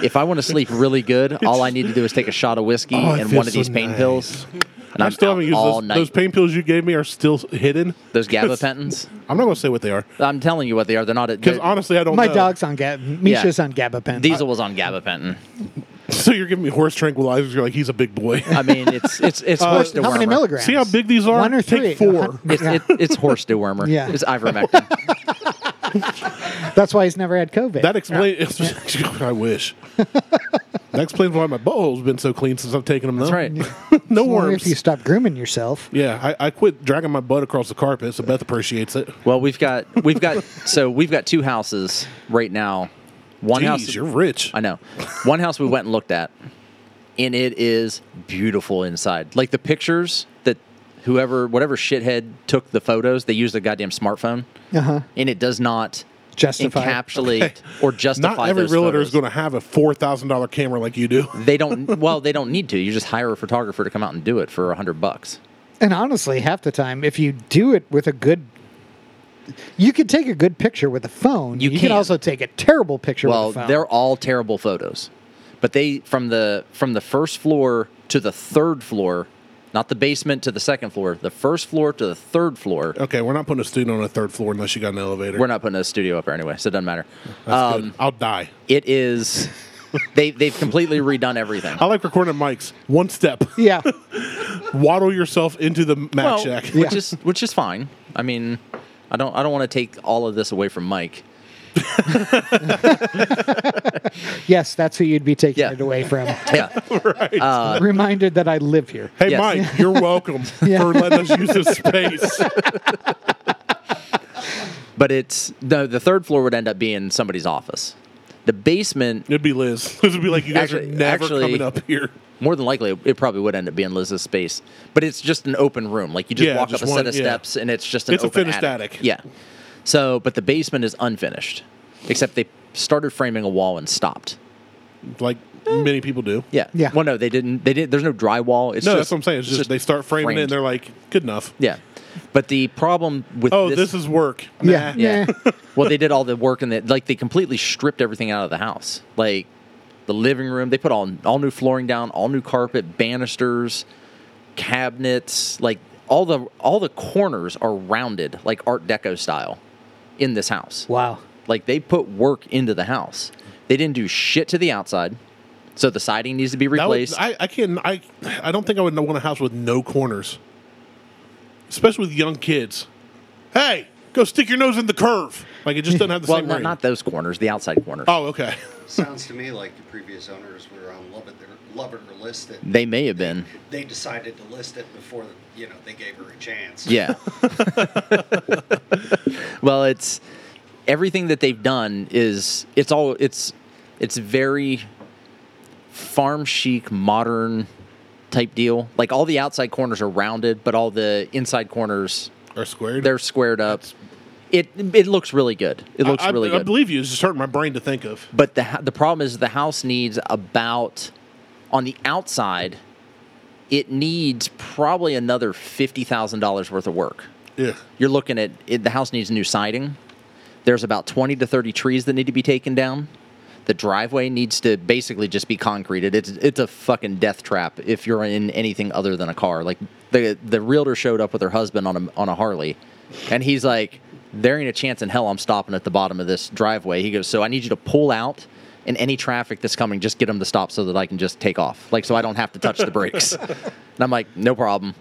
Speaker 5: if I want to sleep really good, all I need to do is take a shot of whiskey
Speaker 1: Oh, it
Speaker 5: and one
Speaker 1: feels
Speaker 5: of these
Speaker 1: so
Speaker 5: pain
Speaker 1: nice.
Speaker 5: pills, and
Speaker 1: I
Speaker 5: I'm
Speaker 1: still
Speaker 5: out
Speaker 1: haven't used
Speaker 5: all
Speaker 1: those,
Speaker 5: night.
Speaker 1: those pain pills you gave me are still hidden.
Speaker 5: Those
Speaker 1: *laughs*
Speaker 5: gabapentins.
Speaker 1: I'm not going to say what they are
Speaker 5: I'm telling you what they are. They're not.
Speaker 1: because
Speaker 5: they're-
Speaker 1: honestly, I don't.
Speaker 4: My
Speaker 1: know.
Speaker 4: dog's on Gab. Misha's on gabapentin.
Speaker 5: Diesel was on gabapentin.
Speaker 1: *laughs* So you're giving me horse tranquilizers. You're like he's a big
Speaker 4: *laughs*
Speaker 1: boy.
Speaker 5: I mean, it's it's it's
Speaker 4: Uh,
Speaker 5: horse dewormer.
Speaker 4: how many milligrams?
Speaker 1: See how big these are?
Speaker 4: One or
Speaker 1: Take
Speaker 4: three? *laughs*
Speaker 1: four.
Speaker 5: It's,
Speaker 4: Yeah.
Speaker 5: it, it's horse dewormer.
Speaker 4: Yeah.
Speaker 5: It's ivermectin.
Speaker 4: That's why he's never had COVID.
Speaker 1: That explains. *laughs* I wish. that explains why my butthole's been so clean since I've taken them. Though.
Speaker 4: *laughs*
Speaker 5: That's right.
Speaker 1: *laughs* no
Speaker 4: It's only
Speaker 1: worms.
Speaker 4: If you stop grooming yourself,
Speaker 1: Yeah, I, I quit dragging my butt across the carpet, so Beth appreciates it.
Speaker 5: Well, we've got we've got so we've got two houses right now. One
Speaker 1: Jeez,
Speaker 5: house
Speaker 1: you're rich.
Speaker 5: I know. One house we went and looked at, and it is beautiful inside. Like the pictures that whoever whatever shithead took the photos, they used a goddamn smartphone,
Speaker 4: uh-huh.
Speaker 5: and it does not
Speaker 4: Justify.
Speaker 5: encapsulate or justify.
Speaker 1: Not every
Speaker 5: those
Speaker 1: realtor is
Speaker 5: photos.
Speaker 1: going to have a four thousand dollar camera like you do. *laughs*
Speaker 5: They don't. Well, they don't need to. You just hire a photographer to come out and do it for a hundred bucks.
Speaker 4: And honestly, half the time, if you do it with a good, you can take a good picture with a phone.
Speaker 5: You
Speaker 4: can
Speaker 5: can.
Speaker 4: also take a terrible picture
Speaker 5: Well,
Speaker 4: with a phone.
Speaker 5: they're all terrible photos, but they from the from the first floor to the third floor, not the basement to the second floor, the first floor to the third floor.
Speaker 1: Okay, we're not putting a student on a third floor unless you got an elevator.
Speaker 5: We're not putting a studio up there anyway, so it doesn't matter.
Speaker 1: That's good.
Speaker 5: Um,
Speaker 1: I'll die.
Speaker 5: it is they they've completely redone everything.
Speaker 1: I like recording at mics. One step, *laughs*
Speaker 4: yeah.
Speaker 1: waddle yourself into the Mac
Speaker 5: Well,
Speaker 1: Shack.
Speaker 5: which
Speaker 4: Yeah.
Speaker 5: is which is fine. I mean, I don't I don't want to take all of this away from Mike.
Speaker 4: Yes, that's who you'd be taking
Speaker 5: Yeah. Uh,
Speaker 4: it away
Speaker 5: *laughs*
Speaker 4: from.
Speaker 5: Yeah,
Speaker 4: Reminded that I live here.
Speaker 1: Hey,
Speaker 5: Yes. *laughs*
Speaker 1: Mike, you're welcome
Speaker 4: Yeah.
Speaker 1: for letting us use this space. *laughs*
Speaker 5: but it's the the third floor would end up being somebody's office. The basement
Speaker 1: It'd be Liz. *laughs* Liz would be like, "You guys
Speaker 5: Actually-
Speaker 1: are never
Speaker 5: actually-
Speaker 1: coming up here."
Speaker 5: More than likely, it probably would end up being Liz's space, but it's just an open room. Like you just
Speaker 1: Yeah,
Speaker 5: walk
Speaker 1: just
Speaker 5: up a
Speaker 1: one-
Speaker 5: set of
Speaker 1: yeah.
Speaker 5: steps, and it's just an
Speaker 1: It's a
Speaker 5: open
Speaker 1: finished attic.
Speaker 5: Yeah. So, but the basement is unfinished, except they started framing a wall and stopped.
Speaker 1: Like many people do.
Speaker 5: eh, Yeah.
Speaker 4: Yeah.
Speaker 5: Well, no, they didn't. They didn't. There's no drywall. It's
Speaker 1: No, that's
Speaker 5: just,
Speaker 1: what I'm saying. It's, just, they start framing it,
Speaker 5: framed.
Speaker 1: and they're like, "Good enough."
Speaker 5: Yeah. But the problem with
Speaker 1: Oh, this, is work.
Speaker 4: Yeah.
Speaker 1: Nah.
Speaker 5: Yeah.
Speaker 4: Nah.
Speaker 5: *laughs* well, they did all the work and they, like they completely stripped everything out of the house. Like the living room, they put all all new flooring down, all new carpet, banisters, cabinets, like all the all the corners are rounded like art deco style in this house.
Speaker 4: Wow.
Speaker 5: Like they put work into the house. They didn't do shit to the outside. So the siding needs to be
Speaker 1: That would-
Speaker 5: replaced.
Speaker 1: I, I can't. I I don't think I would want a house with no corners, especially with young kids. Hey, go stick your nose in the curve. Like it just doesn't have the
Speaker 5: *laughs* well,
Speaker 1: same
Speaker 5: not,
Speaker 1: ring.
Speaker 5: not those corners, the outside corners.
Speaker 1: oh, okay. *laughs*
Speaker 6: Sounds to me like the previous owners were on Love It, Love It or List It.
Speaker 5: They may have been.
Speaker 6: They decided to list it before, you know, they gave her a chance.
Speaker 1: *laughs*
Speaker 5: Yeah. *laughs* well, it's everything that they've done is it's all it's it's very farm chic modern type deal. Like all the outside corners are rounded, but all the inside corners
Speaker 1: Or squared.
Speaker 5: they're squared up. It it looks really good. It looks
Speaker 1: I, I-
Speaker 5: really
Speaker 1: I
Speaker 5: good.
Speaker 1: believe you. It's just hurting my brain to think of.
Speaker 5: But the ho- the problem is the house needs about on the outside, it needs probably another fifty thousand dollars worth of work.
Speaker 1: Yeah.
Speaker 5: You're looking at it, the house needs new siding. There's about twenty to thirty trees that need to be taken down. The driveway needs to basically just be concreted. It's it's a fucking death trap if you're in anything other than a car. Like the the realtor showed up with her husband on a on a Harley, and he's like, "There ain't a chance in hell I'm stopping at the bottom of this driveway." He goes, "So I need you to pull out." And any traffic that's coming, just get them to stop so that I can just take off. Like, so I don't have to touch the brakes. and I'm like, no problem.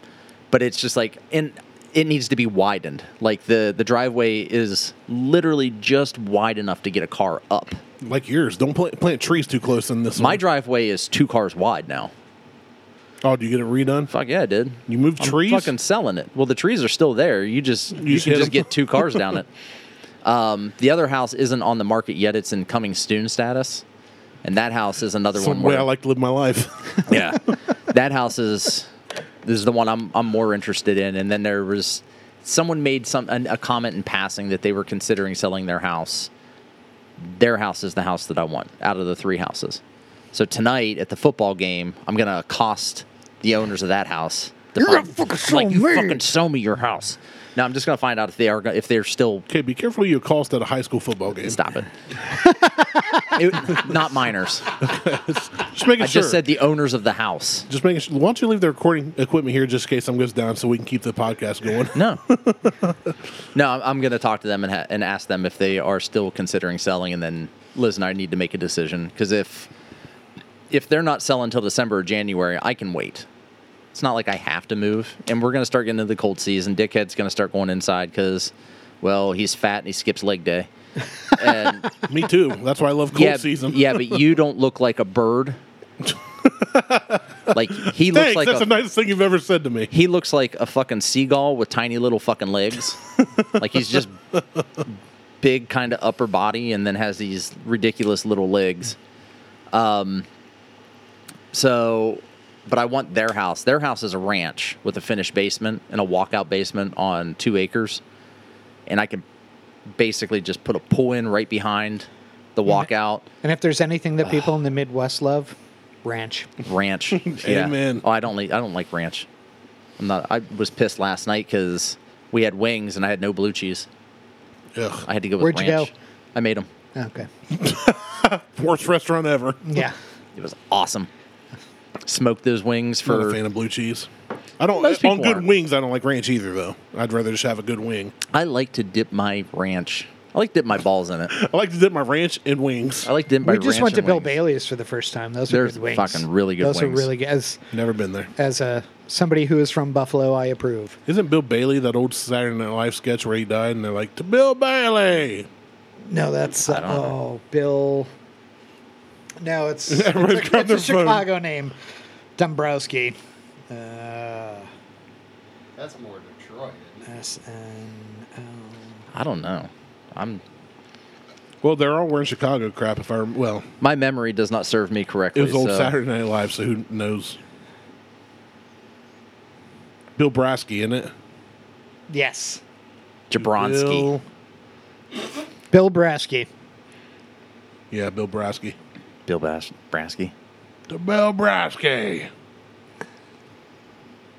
Speaker 5: But it's just like, and it needs to be widened. Like, the, the driveway is literally just wide enough to get a car up
Speaker 1: like yours. Don't plant, plant trees too close in this.
Speaker 5: My
Speaker 1: one.
Speaker 5: driveway is two cars wide now.
Speaker 1: oh, do you get it redone?
Speaker 5: Fuck yeah, I did.
Speaker 1: You moved
Speaker 5: I'm
Speaker 1: trees?
Speaker 5: Fucking selling it. Well, the trees are still there. You just you,
Speaker 1: just
Speaker 5: can
Speaker 1: hit
Speaker 5: just
Speaker 1: 'em.
Speaker 5: get two cars *laughs* down it. Um, the other house isn't on the market yet. It's in coming soon status, and that house is another
Speaker 1: Some
Speaker 5: one.
Speaker 1: way
Speaker 5: Where,
Speaker 1: I like to live my life. *laughs*
Speaker 5: yeah, that house is this is the one I'm I'm more interested in. And then there was someone made some an, a comment in passing that they were considering selling their house. Their house is the house that I want out of the three houses. So tonight at the football game, I'm gonna accost the owners of that house. to
Speaker 4: You're
Speaker 5: find-
Speaker 4: gonna fucking
Speaker 5: I'm
Speaker 4: sell
Speaker 5: like you
Speaker 4: me."
Speaker 5: fucking sell me your house. Now I'm just gonna find out if they are go- if they're still
Speaker 1: okay, be careful you cost at a high school football game.
Speaker 4: *laughs*
Speaker 5: stop it. It- not minors.
Speaker 1: Just making
Speaker 5: I
Speaker 1: sure.
Speaker 5: just said the owners of the house.
Speaker 1: Just making sure. Why don't you leave the recording equipment here just in case something goes down so we can keep the podcast going?
Speaker 5: No. *laughs* no, I'm, I'm going to talk to them and, ha- and ask them if they are still considering selling, and then Liz and I need to make a decision because if if they're not selling till December or January, I can wait. It's not like I have to move, and we're going to start getting into the cold season. Dickhead's going to start going inside because, well, he's fat and he skips
Speaker 1: *laughs*
Speaker 5: leg day. And
Speaker 1: Me too. That's why I love cold
Speaker 5: yeah,
Speaker 1: season.
Speaker 5: yeah, but you don't look like
Speaker 1: *laughs*
Speaker 5: a bird. like he looks
Speaker 1: Thanks.
Speaker 5: like
Speaker 1: that's the
Speaker 5: a
Speaker 1: nicest thing you've ever said to me.
Speaker 5: he looks like a fucking seagull with tiny little fucking legs. like he's just big kind of upper body and then has these ridiculous little legs. Um so but I want their house. Their house is a ranch with a finished basement and a walkout basement on 2 acres. And I could basically just put a pull in right behind the walkout
Speaker 4: And if there's anything that people in the Midwest love, ranch.
Speaker 1: *laughs*
Speaker 5: ranch.
Speaker 1: Amen.
Speaker 5: Oh, I don't like I don't like ranch. I'm not. I was pissed last night because we had wings and I had no blue cheese.
Speaker 1: Ugh.
Speaker 5: I had to go with
Speaker 4: Where'd you
Speaker 5: ranch.
Speaker 4: go?
Speaker 5: I made them.
Speaker 4: Okay.
Speaker 1: Worst restaurant ever.
Speaker 4: Yeah.
Speaker 5: It was awesome. Smoked those wings
Speaker 1: Not a
Speaker 5: for.
Speaker 1: fan of blue cheese. I don't.
Speaker 5: Most
Speaker 1: on
Speaker 5: people
Speaker 1: good
Speaker 5: aren't.
Speaker 1: wings, I don't like ranch either, though. I'd rather just have a good wing.
Speaker 5: I like to dip my ranch. I like to dip my balls in it.
Speaker 1: I like to dip my ranch in wings.
Speaker 5: I like to dip my.
Speaker 4: we just
Speaker 5: ranch
Speaker 4: went to
Speaker 5: in
Speaker 4: Bill
Speaker 5: wings.
Speaker 4: Bailey's for the first time. Those
Speaker 5: They're
Speaker 4: are good wings.
Speaker 5: fucking really good
Speaker 4: Those are
Speaker 5: wings.
Speaker 4: really good. As
Speaker 1: Never been there.
Speaker 4: as a somebody who is from Buffalo, I approve.
Speaker 1: Isn't Bill Bailey that old Saturday Night Live sketch where he died and they're like, to Bill Bailey?
Speaker 4: No, that's uh,
Speaker 5: don't know.
Speaker 4: oh Bill. No,
Speaker 5: *laughs*
Speaker 4: it's it's a,
Speaker 1: Everybody's got
Speaker 4: it's a
Speaker 1: their phone.
Speaker 4: Chicago name, Dombrowski. Uh,
Speaker 7: That's more Detroit.
Speaker 6: *laughs*
Speaker 7: Isn't it?
Speaker 4: S N O.
Speaker 5: I don't know. I'm.
Speaker 1: Well, they're all wearing Chicago crap. If I rem- well,
Speaker 5: My memory does not serve me correctly.
Speaker 1: it was old
Speaker 5: so-
Speaker 1: Saturday Night Live, so who knows? Bill Brasky in it.
Speaker 4: Yes,
Speaker 5: Jabronsky.
Speaker 1: Bill-
Speaker 4: Bill Brasky.
Speaker 1: yeah, Bill Brasky.
Speaker 5: Bill, Bash- Brasky.
Speaker 1: To Bill Brasky. *laughs*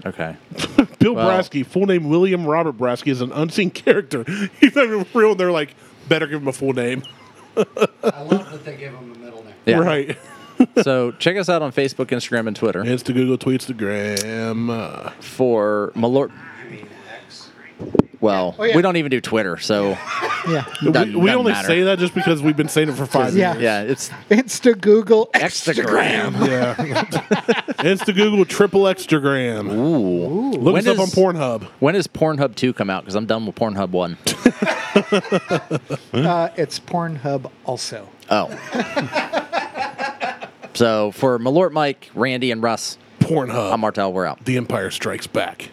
Speaker 5: Okay.
Speaker 1: Bill
Speaker 5: Wow.
Speaker 1: Brasky, full name William Robert Brasky, is an unseen *laughs* character. He's not even real, and they're like, better give him a full name.
Speaker 7: I love that they give him a middle name.
Speaker 5: Yeah.
Speaker 1: Right.
Speaker 5: So check us out on Facebook, Instagram, and Twitter.
Speaker 1: It's the Google tweets Uh, the grandma.
Speaker 5: for Malort. Well,
Speaker 4: yeah.
Speaker 5: we don't even do Twitter, so
Speaker 4: Yeah,
Speaker 1: Oh, *laughs* we
Speaker 5: Doesn't-
Speaker 1: we
Speaker 5: doesn't
Speaker 1: only
Speaker 5: matter.
Speaker 1: say that just because we've been saying it for five
Speaker 4: Yeah.
Speaker 1: years.
Speaker 5: yeah, it's
Speaker 4: Insta Google
Speaker 5: Instagram.
Speaker 1: Yeah. *laughs* it's the Google triple extragram.
Speaker 5: Ooh,
Speaker 1: Look
Speaker 5: When
Speaker 1: us up
Speaker 5: is-
Speaker 1: on Pornhub.
Speaker 5: When does Pornhub two come out? Because I'm done with Pornhub one.
Speaker 4: Uh, it's Pornhub also.
Speaker 5: Oh, so for Malort, Mike, Randy, and Russ,
Speaker 1: Pornhub.
Speaker 5: I'm Martel. We're out.
Speaker 1: the Empire Strikes Back.